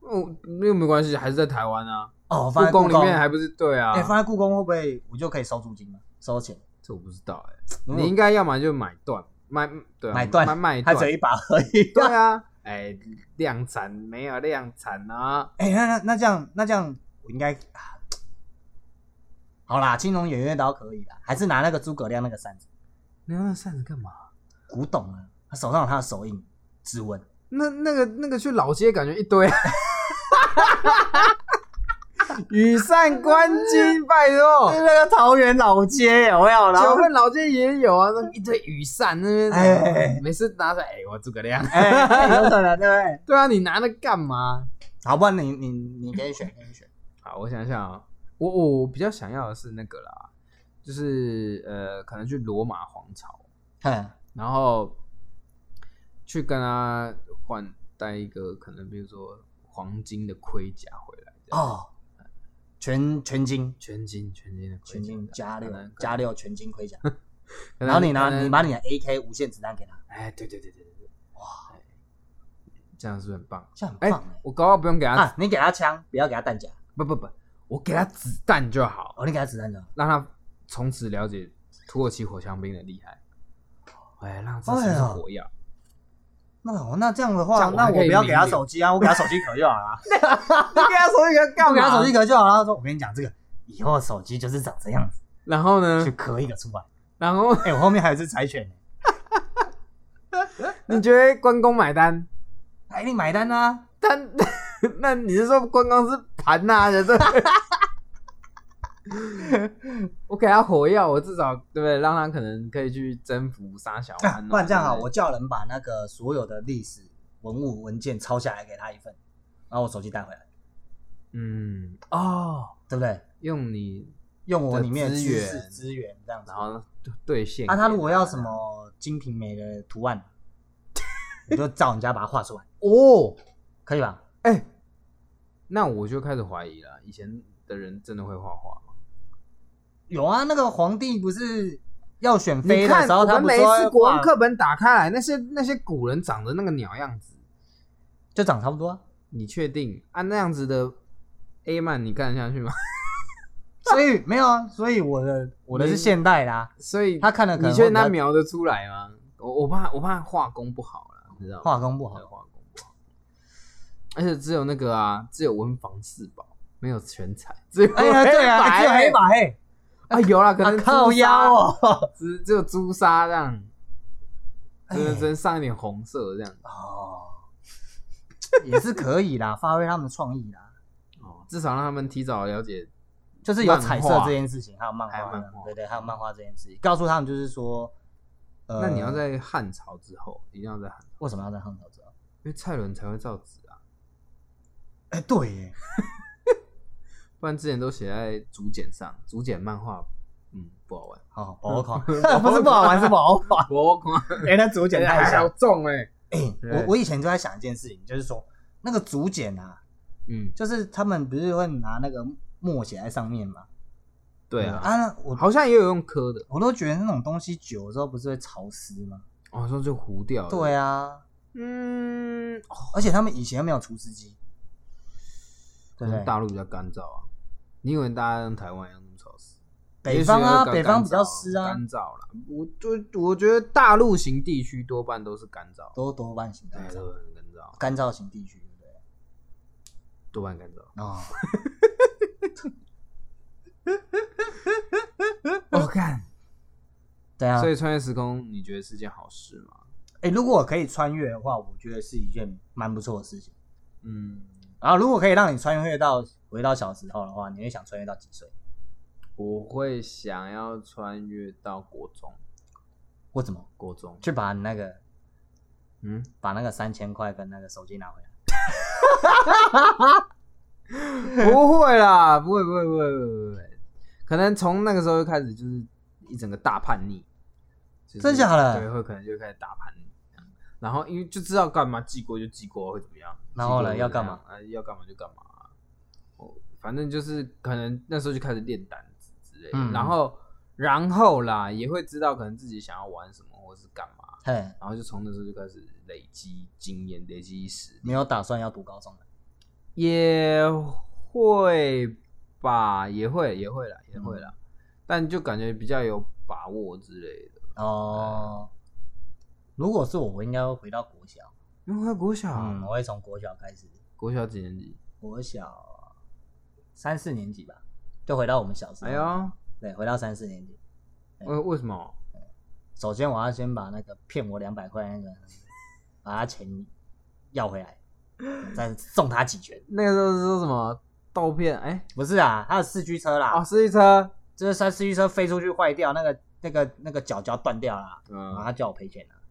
哦， <laughs> 那又没关系，还是在台湾啊。
哦，
故
放在
宫
故
里面还不是对啊
哎、？放在故宫会不会我就可以收租金了？收钱？
这我不知道哎，
如果
你应该要么就买断买对啊
买断
买买
它
断
只有一把而已。
对啊， <laughs> 哎，量产没有量产啊，
哎、那那那这样，那这样我应该、啊好啦，青龙偃月刀可以啦，还是拿那个诸葛亮那个扇子，
你用那扇子干嘛？
古董啊，他手上有他的手印指纹。
那那个那个去老街感觉一堆， <laughs> 羽扇纶巾，拜托，
是那个桃园老街有没有？然
九
后
份老街也有啊，那一堆雨伞那边，
哎
每次拿出来，哎，我诸葛亮，
哎、哎有可能对不对？
<laughs> 对啊，你拿那干嘛？
<laughs> 好，不然你你你给你选，给你选。
好，我想想啊，我我我比较想要的是那个啦，就是呃，可能去罗马皇朝，
嗯，
然后去跟他换带一个可能比如说黄金的盔甲回来，这样
哦，全全金，
全金全金的盔
全
甲
金加六
可能
加六全金盔甲，
可能
然后你
可
拿
能
你把你的 AK 无限子弹给他，
哎，对对对对对对，哇，这样是不是很棒？
这样
哎、
很棒哎、
我搞不好不用给他，
啊，你给他枪，不要给他弹夹，
不不不，我给他子弹就好，
哦，你给他子弹就好。
让他从此了解土耳其火枪兵的厉害。哎，让这
哎
是
呀
火药，
那好，那这样的
这
话，
样我
那
还
我
可以
不要给他
领
手机啊，我给他手机壳就好 <laughs> 了啊。
你给他手机壳
<laughs>
干
我给他
嘛？
手机壳就好了。他说：“我跟你讲，这个以后手机就是长这样子，
然后呢
就？壳一个出来。
然后
哎，我后面还有一只柴 <laughs> 犬呢，
你觉得关公买单？
他一定买单啊。
但 <laughs> 那你是说关公是盘呐、的这？ <laughs> 我给他火药，我至少对不对？让他可能可以去征服杀小
啊
安、
不然这样
哦
好，
对
我
不对
叫人把那个所有的历史文物文件抄下来给他一份，然后我手机带回来，
嗯哦，
对不对？
用你，
用我里面的
的资
知识
源
资源这样子
然。后兑现给。
啊，他如果要什么《金瓶梅》的图案，我就照人家把它画出来，
哦，
可以吧？
哎、那我就开始怀疑了，以前的人真的会画画吗？
有啊，那个皇帝不是要选
你
妃的
看
时候，
我
他
们
不
每
是
一
说
次国
要
文
画
课本打开来，那些那些古人长得那个鸟样子，
就长差不多啊、
你确定啊？那样子的 A 曼你干得下去吗？ <laughs>
所以没有啊，所以我的我的是现代啦、
<laughs> 所以
他看了可能
你确定
会比较
他描得出来吗？我我怕我怕画工不好了，你知道吗？
画工不
对
好，
画工不好，而且只有那个啊，只有文房四宝，没有全才，只有欸
哎呀，对啊，哎只有黑白黑，
啊，有啦，可
啊
能
靠腰
腰，
哦，
只只有朱砂这样，只能
哎
只能上一点红色这样，
哦， <laughs> 也是可以啦，发挥他们的创意啦，
哦，至少让他们提早了解，
就是有彩色
漫画
这件事情，还有漫
还有
画呢啊
漫画，
对对，还有漫画这件事情，告诉他们就是说，呃，
那你要在汉朝之后，一定要在汉，
为什么要在汉朝知道？
因为蔡伦才会造纸啊，
哎，对耶，
不然之前都写在竹简上，竹简漫画，嗯，不好玩，
好，
<laughs>
保考，不是不好玩，是保考，
我狂，
<laughs> 哎，那竹简太小
好，重哎，
哎，我
对
我以前就在想一件事情，就是说那个竹简啊，
嗯，
就是他们不是会拿那个墨写在上面嘛？
对啊，
啊，那我
好像也有用磕的，
我都觉得那种东西久了之后不是会潮湿吗？
哦，说就糊掉了，
对
啊，
啊，
嗯，哦
而且他们以前没有除湿机，对
可
不
能
对？
大陆比较干燥啊，你以为大家像台湾一样那么潮湿？
北方啊，
也许有
北
点
方
干
比较湿啊，
干燥啦。我就我觉得大陆型地区多半都是干燥，
都多半型
哎
干
都
燥，
很干燥，
干燥型地区，对不对？
多半干燥。
哦，
我看，
对啊
<laughs>
哦
所，以穿越时空，你觉得是件好事吗？
哎、哎、啊如果可以穿越的话，我觉得是一件蛮不错的事情。
嗯，
然后如果可以让你穿越到回到小时候的话，你会想穿越到几岁？
我会想要穿越到国中，
为什么？
国中，
去把你那个
嗯，
把那个三千块跟那个手机拿回来。
不会啦，不会不会不会不会不会，可能从那个时候就开始就是一整个大叛逆，就是
真假的
对，会可能就开始大叛逆，然后因为就知道干嘛记过就记过会怎么样，
然后
记过
呢
会
要
怎么
干嘛
样？啊，要干嘛就干嘛、哦，反正就是可能那时候就开始练胆子之类的，
嗯
然后然后啦也会知道可能自己想要玩什么或是干嘛，
嘿，
然后就从那时候就开始累积经验，累积实力。
没有打算要读高中的。
也会吧，也会，也会啦，也会啦，
嗯
但就感觉比较有把握之类的。
哦，如果是我，我应该会回到国小。
因为他国小，啊
嗯，我会从国小开始，
国小几年级？
国小三四年级吧，就回到我们小时候。
哎呦，
对，回到三四年级。
为为什么？
首先，我要先把那个骗我两百块那个，把他钱要
<laughs>
回来，再送他几拳。
那个时候是说什么刀片？哎、
不是啊，他的四驱车
啊，
啦，
四驱车，
就是他四驱车飞出去坏掉，那个那个那个脚就要断掉啦，然后
嗯，
他叫我赔钱啊。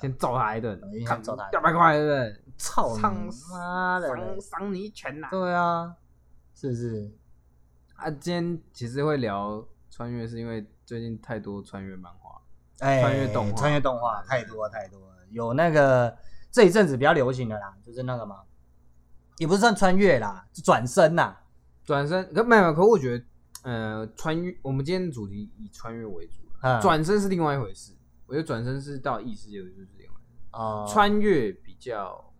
先揍他一顿
我先，
看
揍他一
两
顿
百块，对不
操
对？
你
赏
妈的！
赏赏你一拳呐、啊！啊
对啊，是不是？
今天其实会聊穿越，是因为最近太多穿越漫画，
哎，
穿越动画
穿越动画太多了太多了，有那个这一阵子比较流行的啦，就是那个嘛，也不是算穿越啦，是转身啦。
转身可没有，可我觉得，呃，穿越，我们今天主题以穿越为主啦，
嗯
转、身是另外一回事。我觉得转身是到异世界，就是另外一回事。
哦，
穿越比较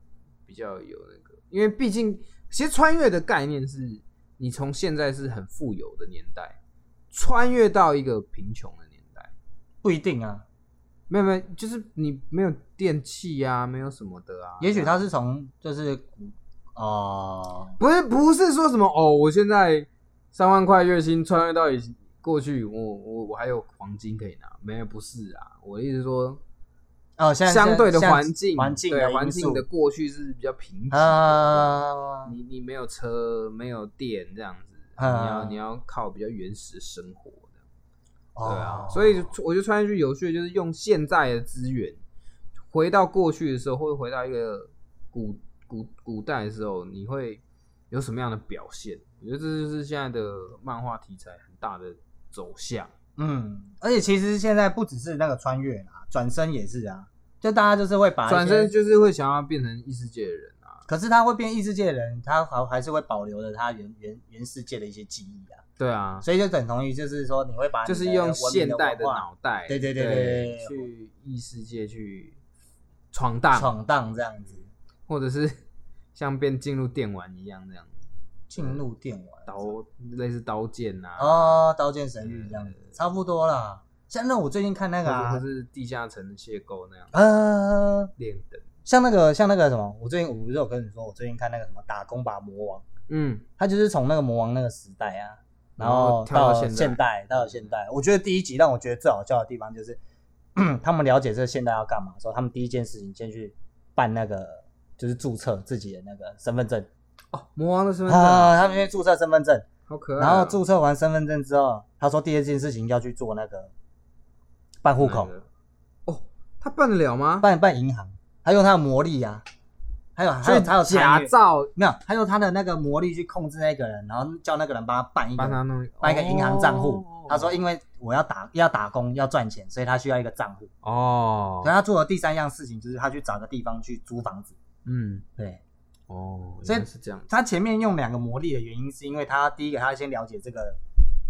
比较有那个，因为毕竟其实穿越的概念是你从现在是很富有的年代，穿越到一个贫穷的年代，
不一定啊，
没有没有，就是你没有电器啊，没有什么的啊。
也许他是从就是古哦，
不是不是说什么哦，我现在三万块月薪穿越到以过去，我我我还有黄金可以拿，没有不是啊，我的意思说
哦，现在
相对的环
现
境，
在环境
对
因
环
素
境的过去是比较贫瘠的，
啊，
你你没有车，没有电这样子，你
啊
要你要靠比较原始的生活的，
哦
对啊，所以我就穿越去有趣，就是用现在的资源回到过去的时候，或者回到一个古古古代的时候，你会有什么样的表现？我觉得这就是现在的漫画题材很大的走向。
嗯，而且其实现在不只是那个穿越啦，转身也是啊，就大家就是会把一些
转身就是会想要变成异世界的人啊，
可是他会变异世界的人，他还还是会保留着他原原原世界的一些记忆啊，
对啊，
所以就等同于就是说，你会把你
就
的
是用现代的
文明文化
脑袋，
对对
对
对对对对
去异世界去闯荡，
闯荡这样子
或者是像变进入电玩一样这样，
进入电玩
刀类似刀剑啊，
哦，刀剑神域这样子，差不多啦。像那我最近看那个
或
啊
者， <laughs> 是地下城的邂逅那样
呃，
练的。
像那个像那个什么，我最近我不是有跟你说，我最近看那个什么打工吧魔王，
嗯，
他就是从那个魔王那个时代啊，然
然后
后
哦跳到
到
现代
现代，到现代。我觉得第一集让我觉得最好笑的地方就是， <clears throat> 他们了解这个现代要干嘛的时候，他们第一件事情先去办那个，就是注册自己的那个身份证
哦，魔王的身份证、
啊，他们先注册身份证，
好可爱哦、
然后注册完身份证之后，他说第二件事情要去做那个办户口
哪，个哦，他办得了吗？
办办银行，他用他的魔力啊，还有还有还有参
假
与
造
没有，他用他的那个魔力去控制那个人，然后叫那个人帮他办一个
帮他弄
办一个银行账户。
哦
他说，因为我要打要打工要赚钱，所以他需要一个账户。
哦
可，他做的第三样事情就是他去找个地方去租房子。
嗯，
对
哦，
所
原
以
来是这样，
他前面用两个魔力的原因，是因为他第一个他先了解这个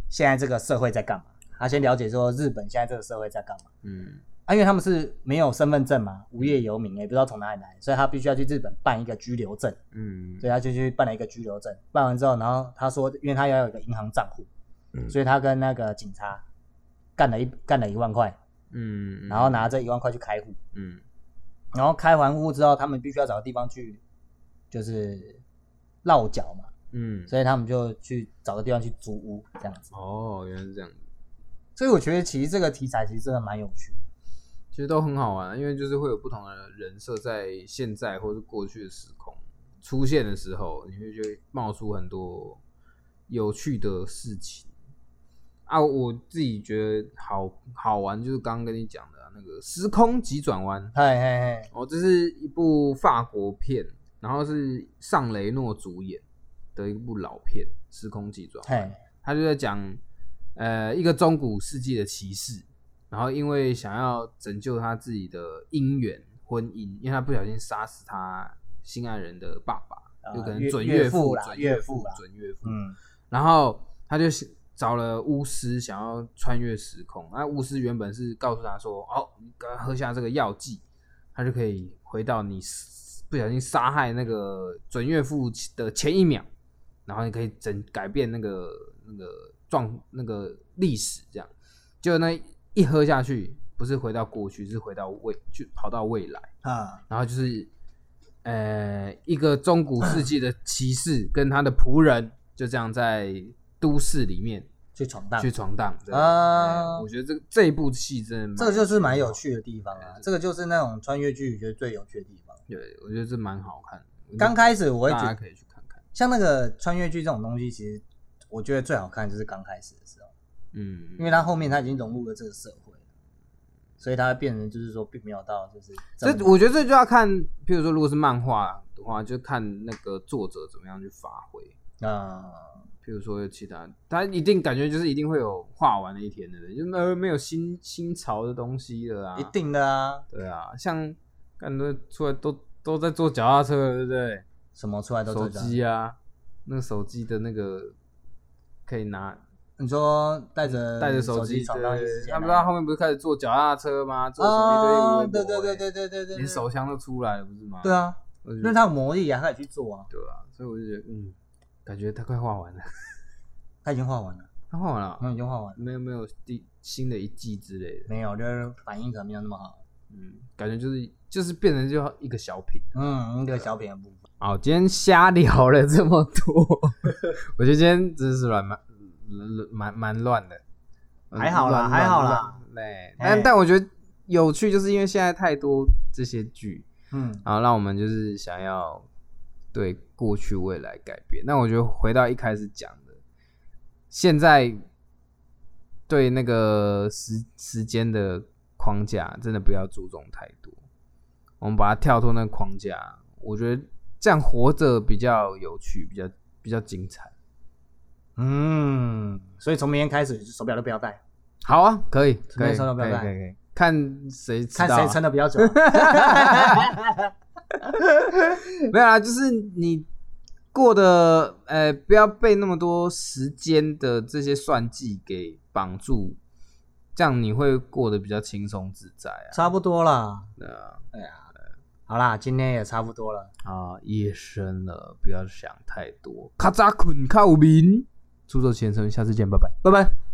现在这个社会在干嘛，他先了解说日本现在这个社会在干嘛。
嗯，
啊，因为他们是没有身份证嘛，无业游民，也不知道从哪里来，所以他必须要去日本办一个居留证。
嗯，
所以他就去办了一个居留证，办完之后，然后他说，因为他要有一个银行账户，
嗯
所以他跟那个警察干了一干了一万块，
嗯，嗯
然后，拿这一万块去开户，
嗯，
然后开完户之后，他们必须要找个地方去，就是落脚嘛，
嗯，
所以他们就去找个地方去租屋这样子。
哦，原来是这样。
所以我觉得其实这个题材其实真的蛮有趣的，
其实都很好玩，因为就是会有不同的人设在现在或是过去的时空出现的时候，你会就会冒出很多有趣的事情啊。我自己觉得好好玩，就是刚刚跟你讲的、啊那个《时空急转弯》
嘿嘿嘿，
哦，这是一部法国片，然后是尚雷诺主演的一部老片《时空急转弯》
嘿，
他就在讲呃一个中古世纪的骑士，然后因为想要拯救他自己的姻缘婚姻，因为他不小心杀死他心爱人的爸爸，
啊
有可能
岳
准
岳
父、
父啦
准
岳
岳
父啦
准岳父，
嗯，
然后他就找了巫师，想要穿越时空。那巫师原本是告诉他说：“哦，你刚喝下这个药剂，他就可以回到你不小心杀害那个准岳父的前一秒，然后你可以整改变那个那个状那个历史。”这样，结果那一喝下去，不是回到过去，是回到未，就跑到未来。
啊，
然后就是呃一个中古世纪的骑士跟他的仆人就这样在都市里面
去闯荡
去，闯荡对
啊
哎我觉得这个这一部戏真的蛮
这个就是蛮有趣的地方啊，这个就是那种穿越剧觉得最有趣的地方。
对，我觉得这蛮好看的。
刚开始我会
大
觉
家
得，
可以去看看，
像那个穿越剧这种东西，其实我觉得最好看就是刚开始的时候，
嗯，
因为它后面它已经融入了这个社会了，所以它变成就是说并没有到就是
这
么
我觉得这就要看，譬如说如果是漫画的话，就看那个作者怎么样去发挥。
啊
譬如说有其他，他一定感觉就是一定会有画完的一天的人，就没有没有新新潮的东西了啊，
一定的啊，
对啊，像干都出来都都在做脚踏车了，对不对？
什么出来都
手
知道。
机啊，那个手机的那个可以拿
你说带着
带着手
嗯手
机，
闯荡异
对
世界
他
啊，
不知道后面不是开始做脚踏车吗？做什么
啊，
一堆
对
微博
对
欸
对对对对对，
连手枪都出来了，不是吗？
对，啊，
我就
因
觉得
为它有魔力啊，它也去做啊，
对啊，所以我就觉得嗯，感觉他快画完了，
它已经画完了，
他画完了，啊
嗯，已经画完了，
没有没有第新的一季之类的，
没有，就是反应可能没有那么好。
嗯，感觉就是就是变成就一个小品。
嗯，一个小品的部分。
好，哦今天瞎聊了这么多， <laughs> 我觉得今天真是蛮蛮蛮蛮乱的，
还好啦
乱
还好。
乱
啦
乱对，
哎
但但我觉得有趣，就是因为现在太多这些剧，
嗯，
然后让我们就是想要对过去未来改变。那我觉得回到一开始讲的，现在对那个时时间的框架真的不要注重太多，我们把它跳脱那个框架，我觉得这样活着比较有趣，比较比较精彩。
嗯，所以从明天开始手表都不要戴，
好啊，可以，
准
可
备
以，
收到
可
表
以，
单
可以，可以看谁迟
看
到啊
谁撑的比较久。
<laughs> 没有啊，就是你过的，呃，不要被那么多时间的这些算计给绑住，这样你会过得比较轻松自在啊。
<laughs> 差不多啦，
对啊，
哎呀，好啦，今天也差不多了。
啊，夜深了，不要想太多。咔嚓困靠眠，出走前程，下次见，拜拜，拜拜。